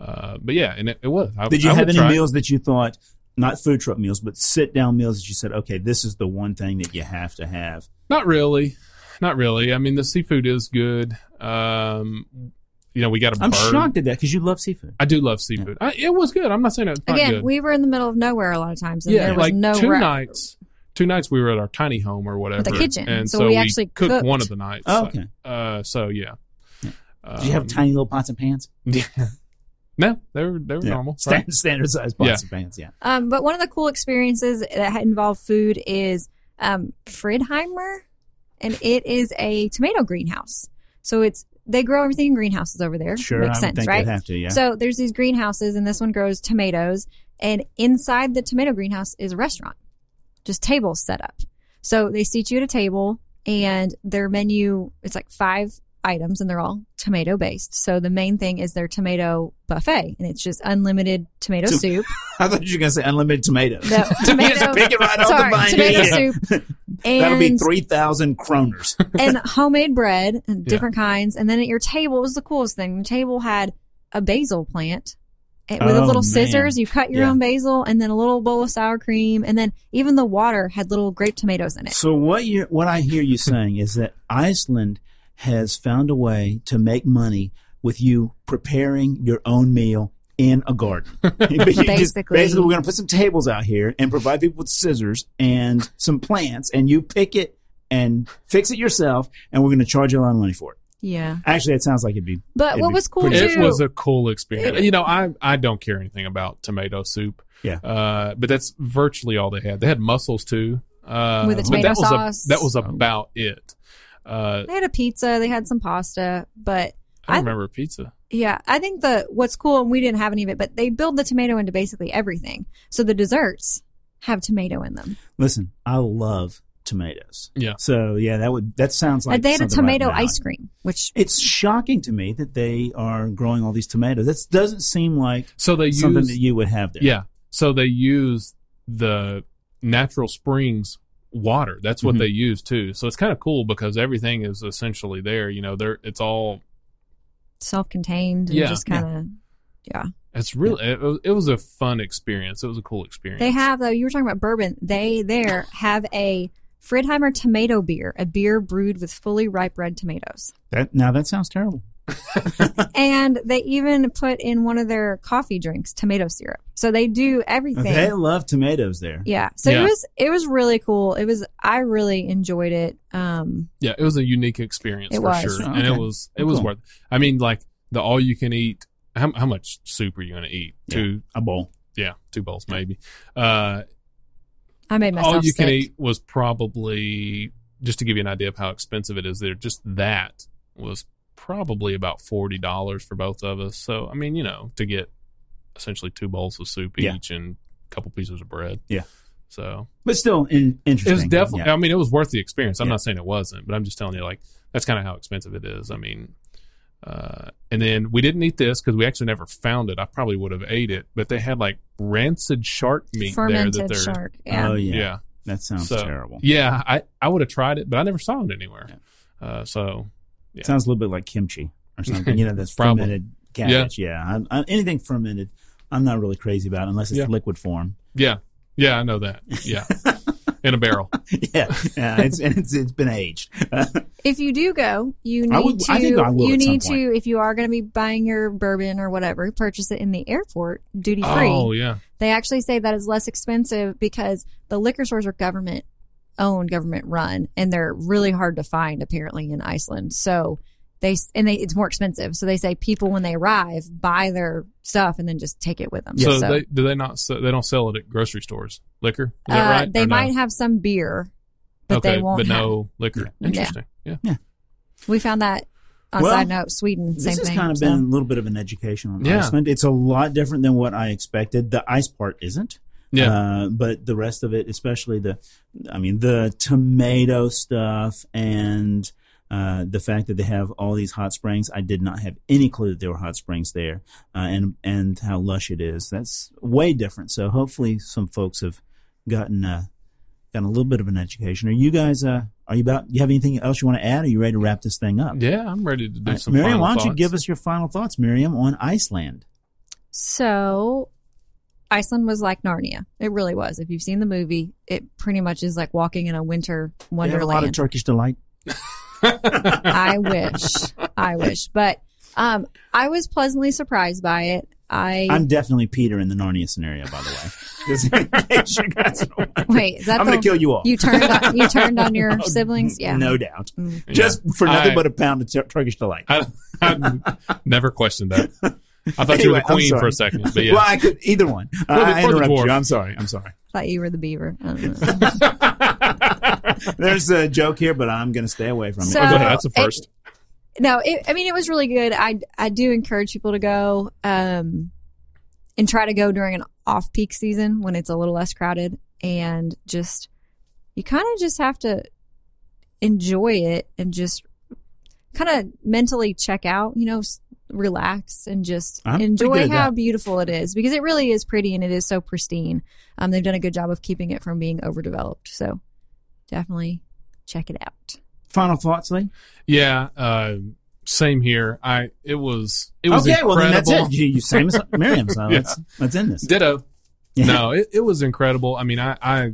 Speaker 3: uh, but yeah and it, it was I,
Speaker 2: Did you
Speaker 3: I
Speaker 2: have
Speaker 3: would
Speaker 2: any
Speaker 3: try it.
Speaker 2: meals that you thought not food truck meals, but sit down meals that you said, okay, this is the one thing that you have to have?
Speaker 3: Not really. Not really. I mean, the seafood is good. Um, you know, we got a
Speaker 2: I'm
Speaker 3: bird.
Speaker 2: shocked at that because you love seafood.
Speaker 3: I do love seafood. I, it was good. I'm not saying it was not
Speaker 1: again
Speaker 3: good.
Speaker 1: we were in the middle of nowhere a lot of times and
Speaker 3: yeah,
Speaker 1: there was
Speaker 3: like
Speaker 1: no
Speaker 3: two
Speaker 1: ra-
Speaker 3: nights. Two nights we were at our tiny home or whatever,
Speaker 1: kitchen.
Speaker 3: and
Speaker 1: So
Speaker 3: so,
Speaker 1: we
Speaker 3: we,
Speaker 1: actually
Speaker 3: cooked,
Speaker 1: cooked.
Speaker 3: one of the nights.
Speaker 2: Oh, okay.
Speaker 3: Uh, so yeah.
Speaker 2: Did you have
Speaker 3: Um,
Speaker 2: tiny little pots and pans?
Speaker 3: Yeah. No, they were they were
Speaker 2: Yeah.
Speaker 3: normal.
Speaker 2: Stand,
Speaker 3: right?
Speaker 2: Standard sized pots and pans. Yeah.
Speaker 1: Um, but one of the cool experiences that had involved food is um, Fridheimer, and it is a tomato greenhouse. So it's they grow everything in greenhouses over there.
Speaker 2: Sure. I
Speaker 1: makes
Speaker 2: would
Speaker 1: sense,
Speaker 2: think
Speaker 1: right?
Speaker 2: they'd have to. Yeah.
Speaker 1: So there's these greenhouses, and this one grows tomatoes. And inside the tomato greenhouse is a restaurant, just tables set up. So they seat you at a table, and their menu it's like five items, and they're all tomato based. So the main thing is their tomato buffet, and it's just unlimited tomato
Speaker 2: Tom-
Speaker 1: soup.
Speaker 2: (laughs) I thought you were going to say unlimited tomatoes. (laughs)
Speaker 1: No,
Speaker 2: You just
Speaker 1: tomato,
Speaker 2: pick it right off the
Speaker 1: sorry,
Speaker 2: vine.
Speaker 1: tomato
Speaker 2: Yeah.
Speaker 1: soup,
Speaker 2: (laughs) That'll be
Speaker 1: and
Speaker 2: 3,000 kroners.
Speaker 1: (laughs) and homemade bread and
Speaker 3: Yeah.
Speaker 1: different kinds. And then at your table it was the coolest thing. The table had a basil plant and with
Speaker 2: Oh,
Speaker 1: a little
Speaker 2: man.
Speaker 1: scissors. You cut your
Speaker 2: Yeah.
Speaker 1: own basil and then a little bowl of sour cream. And then even the water had little grape tomatoes in it.
Speaker 2: So what you what I hear you saying is that Iceland has found a way to make money with you preparing your own meal in a
Speaker 1: (laughs)
Speaker 2: garden. (laughs) basically,
Speaker 1: Basically.
Speaker 2: basically, we're going to put some tables out here and provide people with scissors and some plants, and you pick it and fix it yourself, and we're going to charge you a lot of money for it.
Speaker 1: Yeah.
Speaker 2: Actually, that sounds like it'd be
Speaker 1: But
Speaker 2: It'd
Speaker 1: what
Speaker 2: be
Speaker 1: was cool
Speaker 2: pretty-
Speaker 3: It
Speaker 1: too.
Speaker 3: was a cool experience.
Speaker 1: It-
Speaker 3: you know, I I don't care anything about tomato soup.
Speaker 2: Yeah.
Speaker 3: Uh, but that's virtually all they had. They had mussels too. Uh,
Speaker 1: With a
Speaker 3: but
Speaker 1: tomato
Speaker 3: that was a-
Speaker 1: sauce.
Speaker 3: that
Speaker 2: Oh.
Speaker 3: was about it. Uh,
Speaker 1: they had a pizza. They had some pasta, but
Speaker 3: I
Speaker 1: I-
Speaker 3: don't remember pizza.
Speaker 1: Yeah, I think the what's cool, and we didn't have any of it, but they build the tomato into basically everything. So the desserts have tomato in them.
Speaker 2: listen. I love tomatoes.
Speaker 3: Yeah.
Speaker 2: So yeah, that would that sounds like
Speaker 1: And they had a
Speaker 2: something right
Speaker 1: tomato
Speaker 2: now.
Speaker 1: ice cream, which
Speaker 2: It's shocking to me that they are growing all these tomatoes. That doesn't seem like
Speaker 3: So they
Speaker 2: something
Speaker 3: used
Speaker 2: that you would have there.
Speaker 3: Yeah. So they use the natural springs water. That's what
Speaker 2: Mhm.
Speaker 3: they use too. So it's kind of cool because everything is essentially there. You know, they're it's all
Speaker 1: self-contained and
Speaker 3: Yeah.
Speaker 1: just kind of
Speaker 3: it's really it, was- it was a fun experience. It was a cool experience.
Speaker 1: They have though. You were talking about bourbon. They there have a Fridheimer tomato beer, a beer brewed with fully ripe
Speaker 3: (laughs)
Speaker 1: red tomatoes.
Speaker 2: That, now that sounds terrible.
Speaker 1: And they even put in one of their coffee drinks tomato syrup. So they do everything.
Speaker 2: They love tomatoes there.
Speaker 1: Yeah. So
Speaker 3: Yeah.
Speaker 1: it was it was really cool. It was I really enjoyed it. Um
Speaker 3: Yeah, it was a unique experience
Speaker 1: It
Speaker 3: for
Speaker 1: was.
Speaker 3: sure,
Speaker 2: Oh,
Speaker 3: and it
Speaker 2: okay.
Speaker 3: was it was
Speaker 2: Cool.
Speaker 3: worth. I mean, like the all you can eat. How, how much soup are you going to eat?
Speaker 2: Yeah.
Speaker 3: Two,
Speaker 2: A bowl.
Speaker 3: yeah, two bowls maybe. Uh,
Speaker 1: I made myself
Speaker 3: all Oh, you
Speaker 1: sick.
Speaker 3: can eat was probably just to give you an idea of how expensive it is. There, just that was probably about forty dollars for both of us. So I mean, you know, to get essentially two bowls of soup
Speaker 2: Yeah.
Speaker 3: each and a couple pieces of bread.
Speaker 2: Yeah.
Speaker 3: So
Speaker 2: But still in,
Speaker 3: it
Speaker 2: interesting.
Speaker 3: was definitely.
Speaker 2: Yeah.
Speaker 3: I mean, it was worth the experience. I'm
Speaker 2: Yeah.
Speaker 3: not saying it wasn't, but I'm just telling you, like that's kind of how expensive it is. I mean, uh, and then we didn't eat this because we actually never found it. I probably would have ate it, but they had like rancid shark meat there that
Speaker 1: fermented
Speaker 3: they're
Speaker 1: shark. Yeah.
Speaker 2: Oh, yeah.
Speaker 3: yeah.
Speaker 2: That sounds
Speaker 3: So-
Speaker 2: terrible.
Speaker 3: Yeah, I, I would have tried it, but I never saw it anywhere. Uh, so yeah.
Speaker 2: Sounds a little bit like kimchi
Speaker 3: (laughs)
Speaker 2: or something. You know, that's
Speaker 3: Probably.
Speaker 2: fermented cabbage. Yeah. I'm- I'm- anything fermented, I'm not really crazy about unless it's
Speaker 3: Yeah.
Speaker 2: liquid form.
Speaker 3: yeah, yeah, I know that.
Speaker 2: (laughs)
Speaker 3: Yeah, (laughs) in a
Speaker 1: (laughs)
Speaker 3: barrel.
Speaker 2: yeah. yeah it's, and it's, it's been aged. (laughs)
Speaker 1: If you do go, you need
Speaker 2: I would-
Speaker 1: to.
Speaker 2: I think I will
Speaker 1: you
Speaker 2: at some
Speaker 1: need
Speaker 2: point.
Speaker 1: to if you are going to be buying your bourbon or whatever, purchase it in the airport duty free.
Speaker 3: Oh yeah,
Speaker 1: They actually say that is less expensive because the liquor stores are government owned, government run, and they're really hard to find apparently in Iceland. So they and they it's more expensive. So they say people when they arrive buy their stuff and then just take it with them.
Speaker 3: so, they do they not se- they don't sell it at grocery stores liquor is
Speaker 1: uh,
Speaker 3: that right
Speaker 1: they
Speaker 3: Or no?
Speaker 1: might have some beer, but
Speaker 3: okay
Speaker 1: they won't.
Speaker 3: but
Speaker 1: have-
Speaker 3: no liquor
Speaker 1: Yeah.
Speaker 3: interesting yeah
Speaker 1: we found that on
Speaker 2: Well,
Speaker 1: side note, Sweden,
Speaker 2: This
Speaker 1: same
Speaker 2: has
Speaker 1: thing.
Speaker 2: kind of
Speaker 1: so.
Speaker 2: been a little bit of an education on
Speaker 3: Yeah.
Speaker 2: Iceland. It's a lot different than what I expected. The ice part isn't.
Speaker 3: yeah
Speaker 2: Uh, but the rest of it, especially the, I mean, the tomato stuff and uh, the fact that they have all these hot springs, I did not have any clue that there were hot springs there, uh, and and how lush it is. That's way different. So hopefully, some folks have gotten uh, gotten a little bit of an education. Are you guys? Uh, are you about? You have anything else you want to add? Are you ready to wrap this thing up?
Speaker 3: yeah I'm ready to
Speaker 2: All
Speaker 3: do
Speaker 2: right,
Speaker 3: some.
Speaker 2: Miriam,
Speaker 3: final
Speaker 2: why don't you
Speaker 3: thoughts.
Speaker 2: give us your final thoughts, Miriam, on Iceland?
Speaker 1: So Iceland was like Narnia. It really was. If you've seen the movie, it pretty much is like walking in a winter
Speaker 2: They have a lot of
Speaker 1: wonderland.
Speaker 2: Turkish delight.
Speaker 1: I wish. I wish. But um I was pleasantly surprised by it. I
Speaker 2: I'm definitely Peter in the Narnia scenario, by the
Speaker 3: (laughs)
Speaker 2: way. Just in case you guys are wondering.
Speaker 1: wait, is that
Speaker 2: I'm
Speaker 1: the
Speaker 2: going to kill you all.
Speaker 1: you turned on you turned on
Speaker 2: (laughs)
Speaker 1: your
Speaker 2: No-
Speaker 1: siblings? Yeah.
Speaker 2: No doubt.
Speaker 1: Mm.
Speaker 3: Yeah. Uh,
Speaker 2: Just for
Speaker 3: I-
Speaker 2: nothing but a pound of Tur- Turkish delight.
Speaker 3: (laughs) I, I never questioned that I thought you were
Speaker 2: Anyway,
Speaker 3: the
Speaker 2: I'm
Speaker 3: queen for
Speaker 2: sorry.
Speaker 3: a second, but yeah.
Speaker 2: Well, I could
Speaker 3: (laughs)
Speaker 2: either one.
Speaker 3: Or the-
Speaker 2: I, I
Speaker 3: or the
Speaker 2: interrupted
Speaker 3: dwarf.
Speaker 2: you. I'm sorry. I'm sorry. (laughs)
Speaker 1: thought you were the beaver. I don't know.
Speaker 2: There's a joke here, but I'm going to stay away from
Speaker 1: So-
Speaker 2: uh, it.
Speaker 3: Okay, Oh, (laughs) that's a first.
Speaker 1: no, it, I mean it was really good. I I do encourage people to go um, and try to go during an off peak season when it's a little less crowded, and just you kind of just have to enjoy it and just kind of mentally check out. You know, s- relax and just
Speaker 2: I'm pretty good
Speaker 1: enjoy
Speaker 2: at
Speaker 1: how
Speaker 2: that.
Speaker 1: beautiful it is because it really is pretty and it is so pristine. Um, they've done a good job of keeping it from being overdeveloped, so definitely check it out.
Speaker 2: Final thoughts, Lee?
Speaker 3: yeah. Uh, same here. I it was it was
Speaker 2: okay,
Speaker 3: incredible.
Speaker 2: well, then that's it. You, you same
Speaker 3: (laughs)
Speaker 2: as Miriam, so
Speaker 3: Yeah.
Speaker 2: let's, let's end this.
Speaker 3: Ditto.
Speaker 2: (laughs) Yeah.
Speaker 3: No, it, it was incredible. I mean, I, I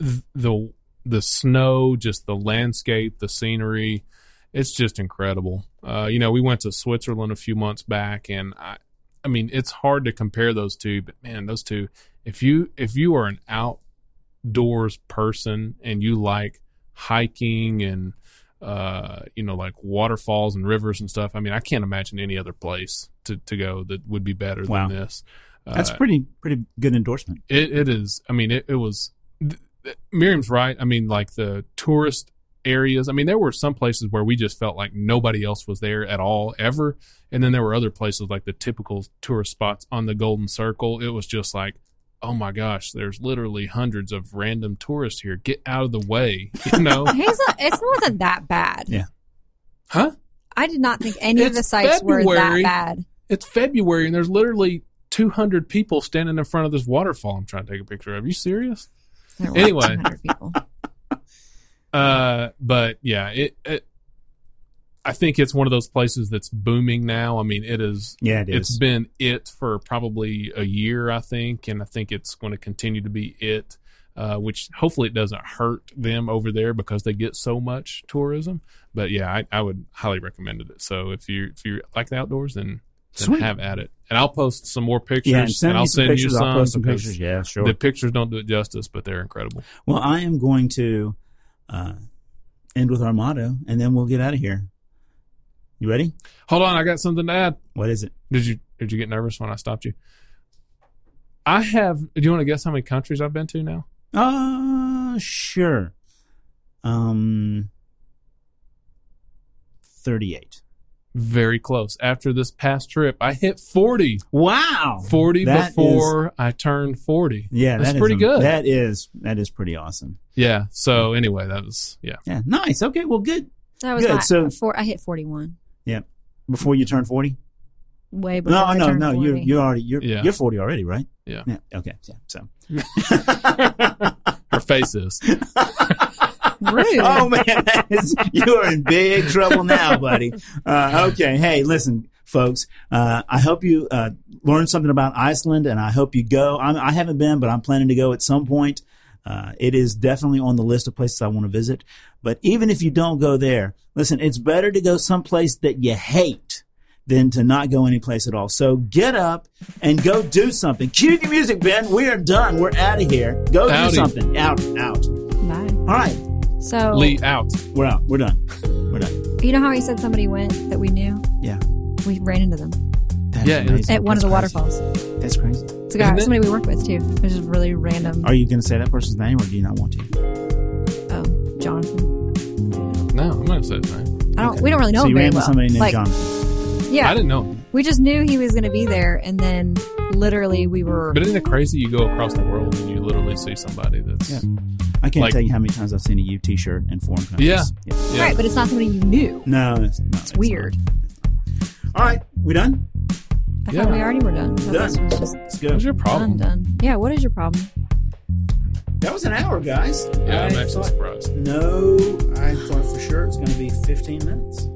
Speaker 3: th- the the snow, just the landscape, the scenery, it's just incredible. Uh, you know, we went to Switzerland a few months back, and I, I mean, it's hard to compare those two, but man, those two. If you if you are an outdoors person and you like hiking and uh, you know, like waterfalls and rivers and stuff. I mean, I can't imagine any other place to, to go that would be better
Speaker 2: Wow.
Speaker 3: than this. Uh,
Speaker 2: That's pretty pretty good endorsement.
Speaker 3: it, it is. I mean, it, it was. Th- th- Miriam's right. I mean, like the tourist areas. I mean, there were some places where we just felt like nobody else was there at all ever, and then there were other places like the typical tourist spots on the Golden Circle. It was just like. Oh my gosh! There's literally hundreds of random tourists here. Get out of the way, (laughs) you know?
Speaker 1: Hazel, it wasn't that bad.
Speaker 2: Yeah.
Speaker 3: huh?
Speaker 1: I did not think any of
Speaker 3: It's
Speaker 1: the sites were
Speaker 3: February.
Speaker 1: that bad.
Speaker 3: It's February and there's literally 200 people standing in front of this waterfall. I'm trying to take a picture of. You serious?
Speaker 1: There were
Speaker 3: Anyway.
Speaker 1: 200 people.
Speaker 3: Uh, but yeah, it, it. I think it's one of those places that's booming now. I mean, it is.
Speaker 2: Yeah, it
Speaker 3: It's been it for probably a year, I think, and I think it's going to continue to be it. Uh, which hopefully it doesn't hurt them over there because they get so much tourism. But yeah, I, I would highly recommend it. So if you if you like the outdoors, then, then
Speaker 2: Sweet.
Speaker 3: have at it. And I'll post some more pictures.
Speaker 2: yeah, and send me
Speaker 3: I'll
Speaker 2: some
Speaker 3: send
Speaker 2: pictures.
Speaker 3: you some.
Speaker 2: I'll post some
Speaker 3: because
Speaker 2: pictures. Yeah, sure.
Speaker 3: The pictures don't do it justice, but they're incredible.
Speaker 2: well, I am going to uh, end with our motto, and then we'll get out of here. You ready?
Speaker 3: Hold on, I got something to add.
Speaker 2: What is it?
Speaker 3: Did you did you get nervous when I stopped you? I have. Do you want to guess how many countries I've been to now?
Speaker 2: Uh sure. Um, thirty-eight.
Speaker 3: Very close. After this past trip, I hit 40.
Speaker 2: Wow,
Speaker 3: 40
Speaker 2: That is-
Speaker 3: before I turned 40.
Speaker 2: yeah,
Speaker 3: That's
Speaker 2: that is
Speaker 3: pretty
Speaker 2: am-
Speaker 3: good.
Speaker 2: That is that is pretty awesome.
Speaker 3: Yeah. So anyway, that was yeah.
Speaker 2: Yeah, nice. Okay, well, good.
Speaker 1: That was
Speaker 2: Good,
Speaker 1: my,
Speaker 2: so-
Speaker 1: four, I hit 41.
Speaker 2: Before you turn forty.
Speaker 1: Way before
Speaker 2: No,
Speaker 1: I
Speaker 2: no,
Speaker 1: turned
Speaker 2: no.
Speaker 1: 40.
Speaker 2: You're you're already you're
Speaker 3: Yeah.
Speaker 2: you're forty already, right?
Speaker 3: Yeah.
Speaker 2: Okay. Yeah. So.
Speaker 3: Her face
Speaker 1: (laughs)
Speaker 3: is.
Speaker 1: Rude.
Speaker 2: oh man, that is, you are in big trouble now, buddy. Uh, okay, hey, listen, folks. Uh, I hope you uh, learned something about Iceland, and I hope you go. I'm, I haven't been, but I'm planning to go at some point. Uh, it is definitely on the list of places I want to visit. But even if you don't go there, listen, it's better to go someplace that you hate than to not go anyplace at all. So get up and go do something. Cue the music, Ben. We are done. We're out of here. Go
Speaker 3: Howdy.
Speaker 2: do something. Out, out.
Speaker 1: Bye.
Speaker 2: All right,
Speaker 1: So,
Speaker 3: (laughs) Lee out.
Speaker 2: we're out. We're done. We're done.
Speaker 1: you know how he said somebody went that we knew?
Speaker 2: Yeah.
Speaker 1: We ran into them
Speaker 2: That's
Speaker 3: Yeah,
Speaker 2: amazing.
Speaker 3: it's-
Speaker 1: at one
Speaker 2: That's
Speaker 1: of the
Speaker 2: crazy.
Speaker 1: waterfalls.
Speaker 2: That's crazy.
Speaker 1: It's a guy,
Speaker 3: Isn't it?
Speaker 1: somebody we work with too. It was just really random.
Speaker 2: Are you going to say that person's name or do you not want to?
Speaker 1: Oh, Jonathan.
Speaker 3: No, I'm not saying that.
Speaker 1: I don't. We don't really know
Speaker 2: so
Speaker 1: him
Speaker 2: you
Speaker 1: very
Speaker 2: ran into
Speaker 1: well.
Speaker 2: somebody named
Speaker 1: like,
Speaker 2: Jonathan.
Speaker 3: I
Speaker 1: yeah,
Speaker 3: didn't know.
Speaker 1: we just knew he was going to be there, and then literally we were.
Speaker 3: But isn't it crazy? You go across the world and you literally see somebody that's
Speaker 2: Yeah. I can't
Speaker 3: like-
Speaker 2: tell you how many times I've seen a U t shirt in foreign countries.
Speaker 3: Yeah.
Speaker 2: yeah.
Speaker 3: yeah.
Speaker 1: Right, but it's not somebody you knew.
Speaker 2: No, it's, no, it's
Speaker 1: weird.
Speaker 2: not. All right, we done?
Speaker 1: I
Speaker 3: Yeah.
Speaker 1: thought we already were done. I thought this
Speaker 2: Done.
Speaker 1: was just
Speaker 2: Let's go.
Speaker 3: What's your problem?
Speaker 1: Done, done. Yeah, what is your problem?
Speaker 2: That was an hour, guys.
Speaker 3: Yeah,
Speaker 2: I
Speaker 3: I'm actually
Speaker 2: thought-
Speaker 3: surprised.
Speaker 2: No, I thought for sure it was going to be 15 minutes.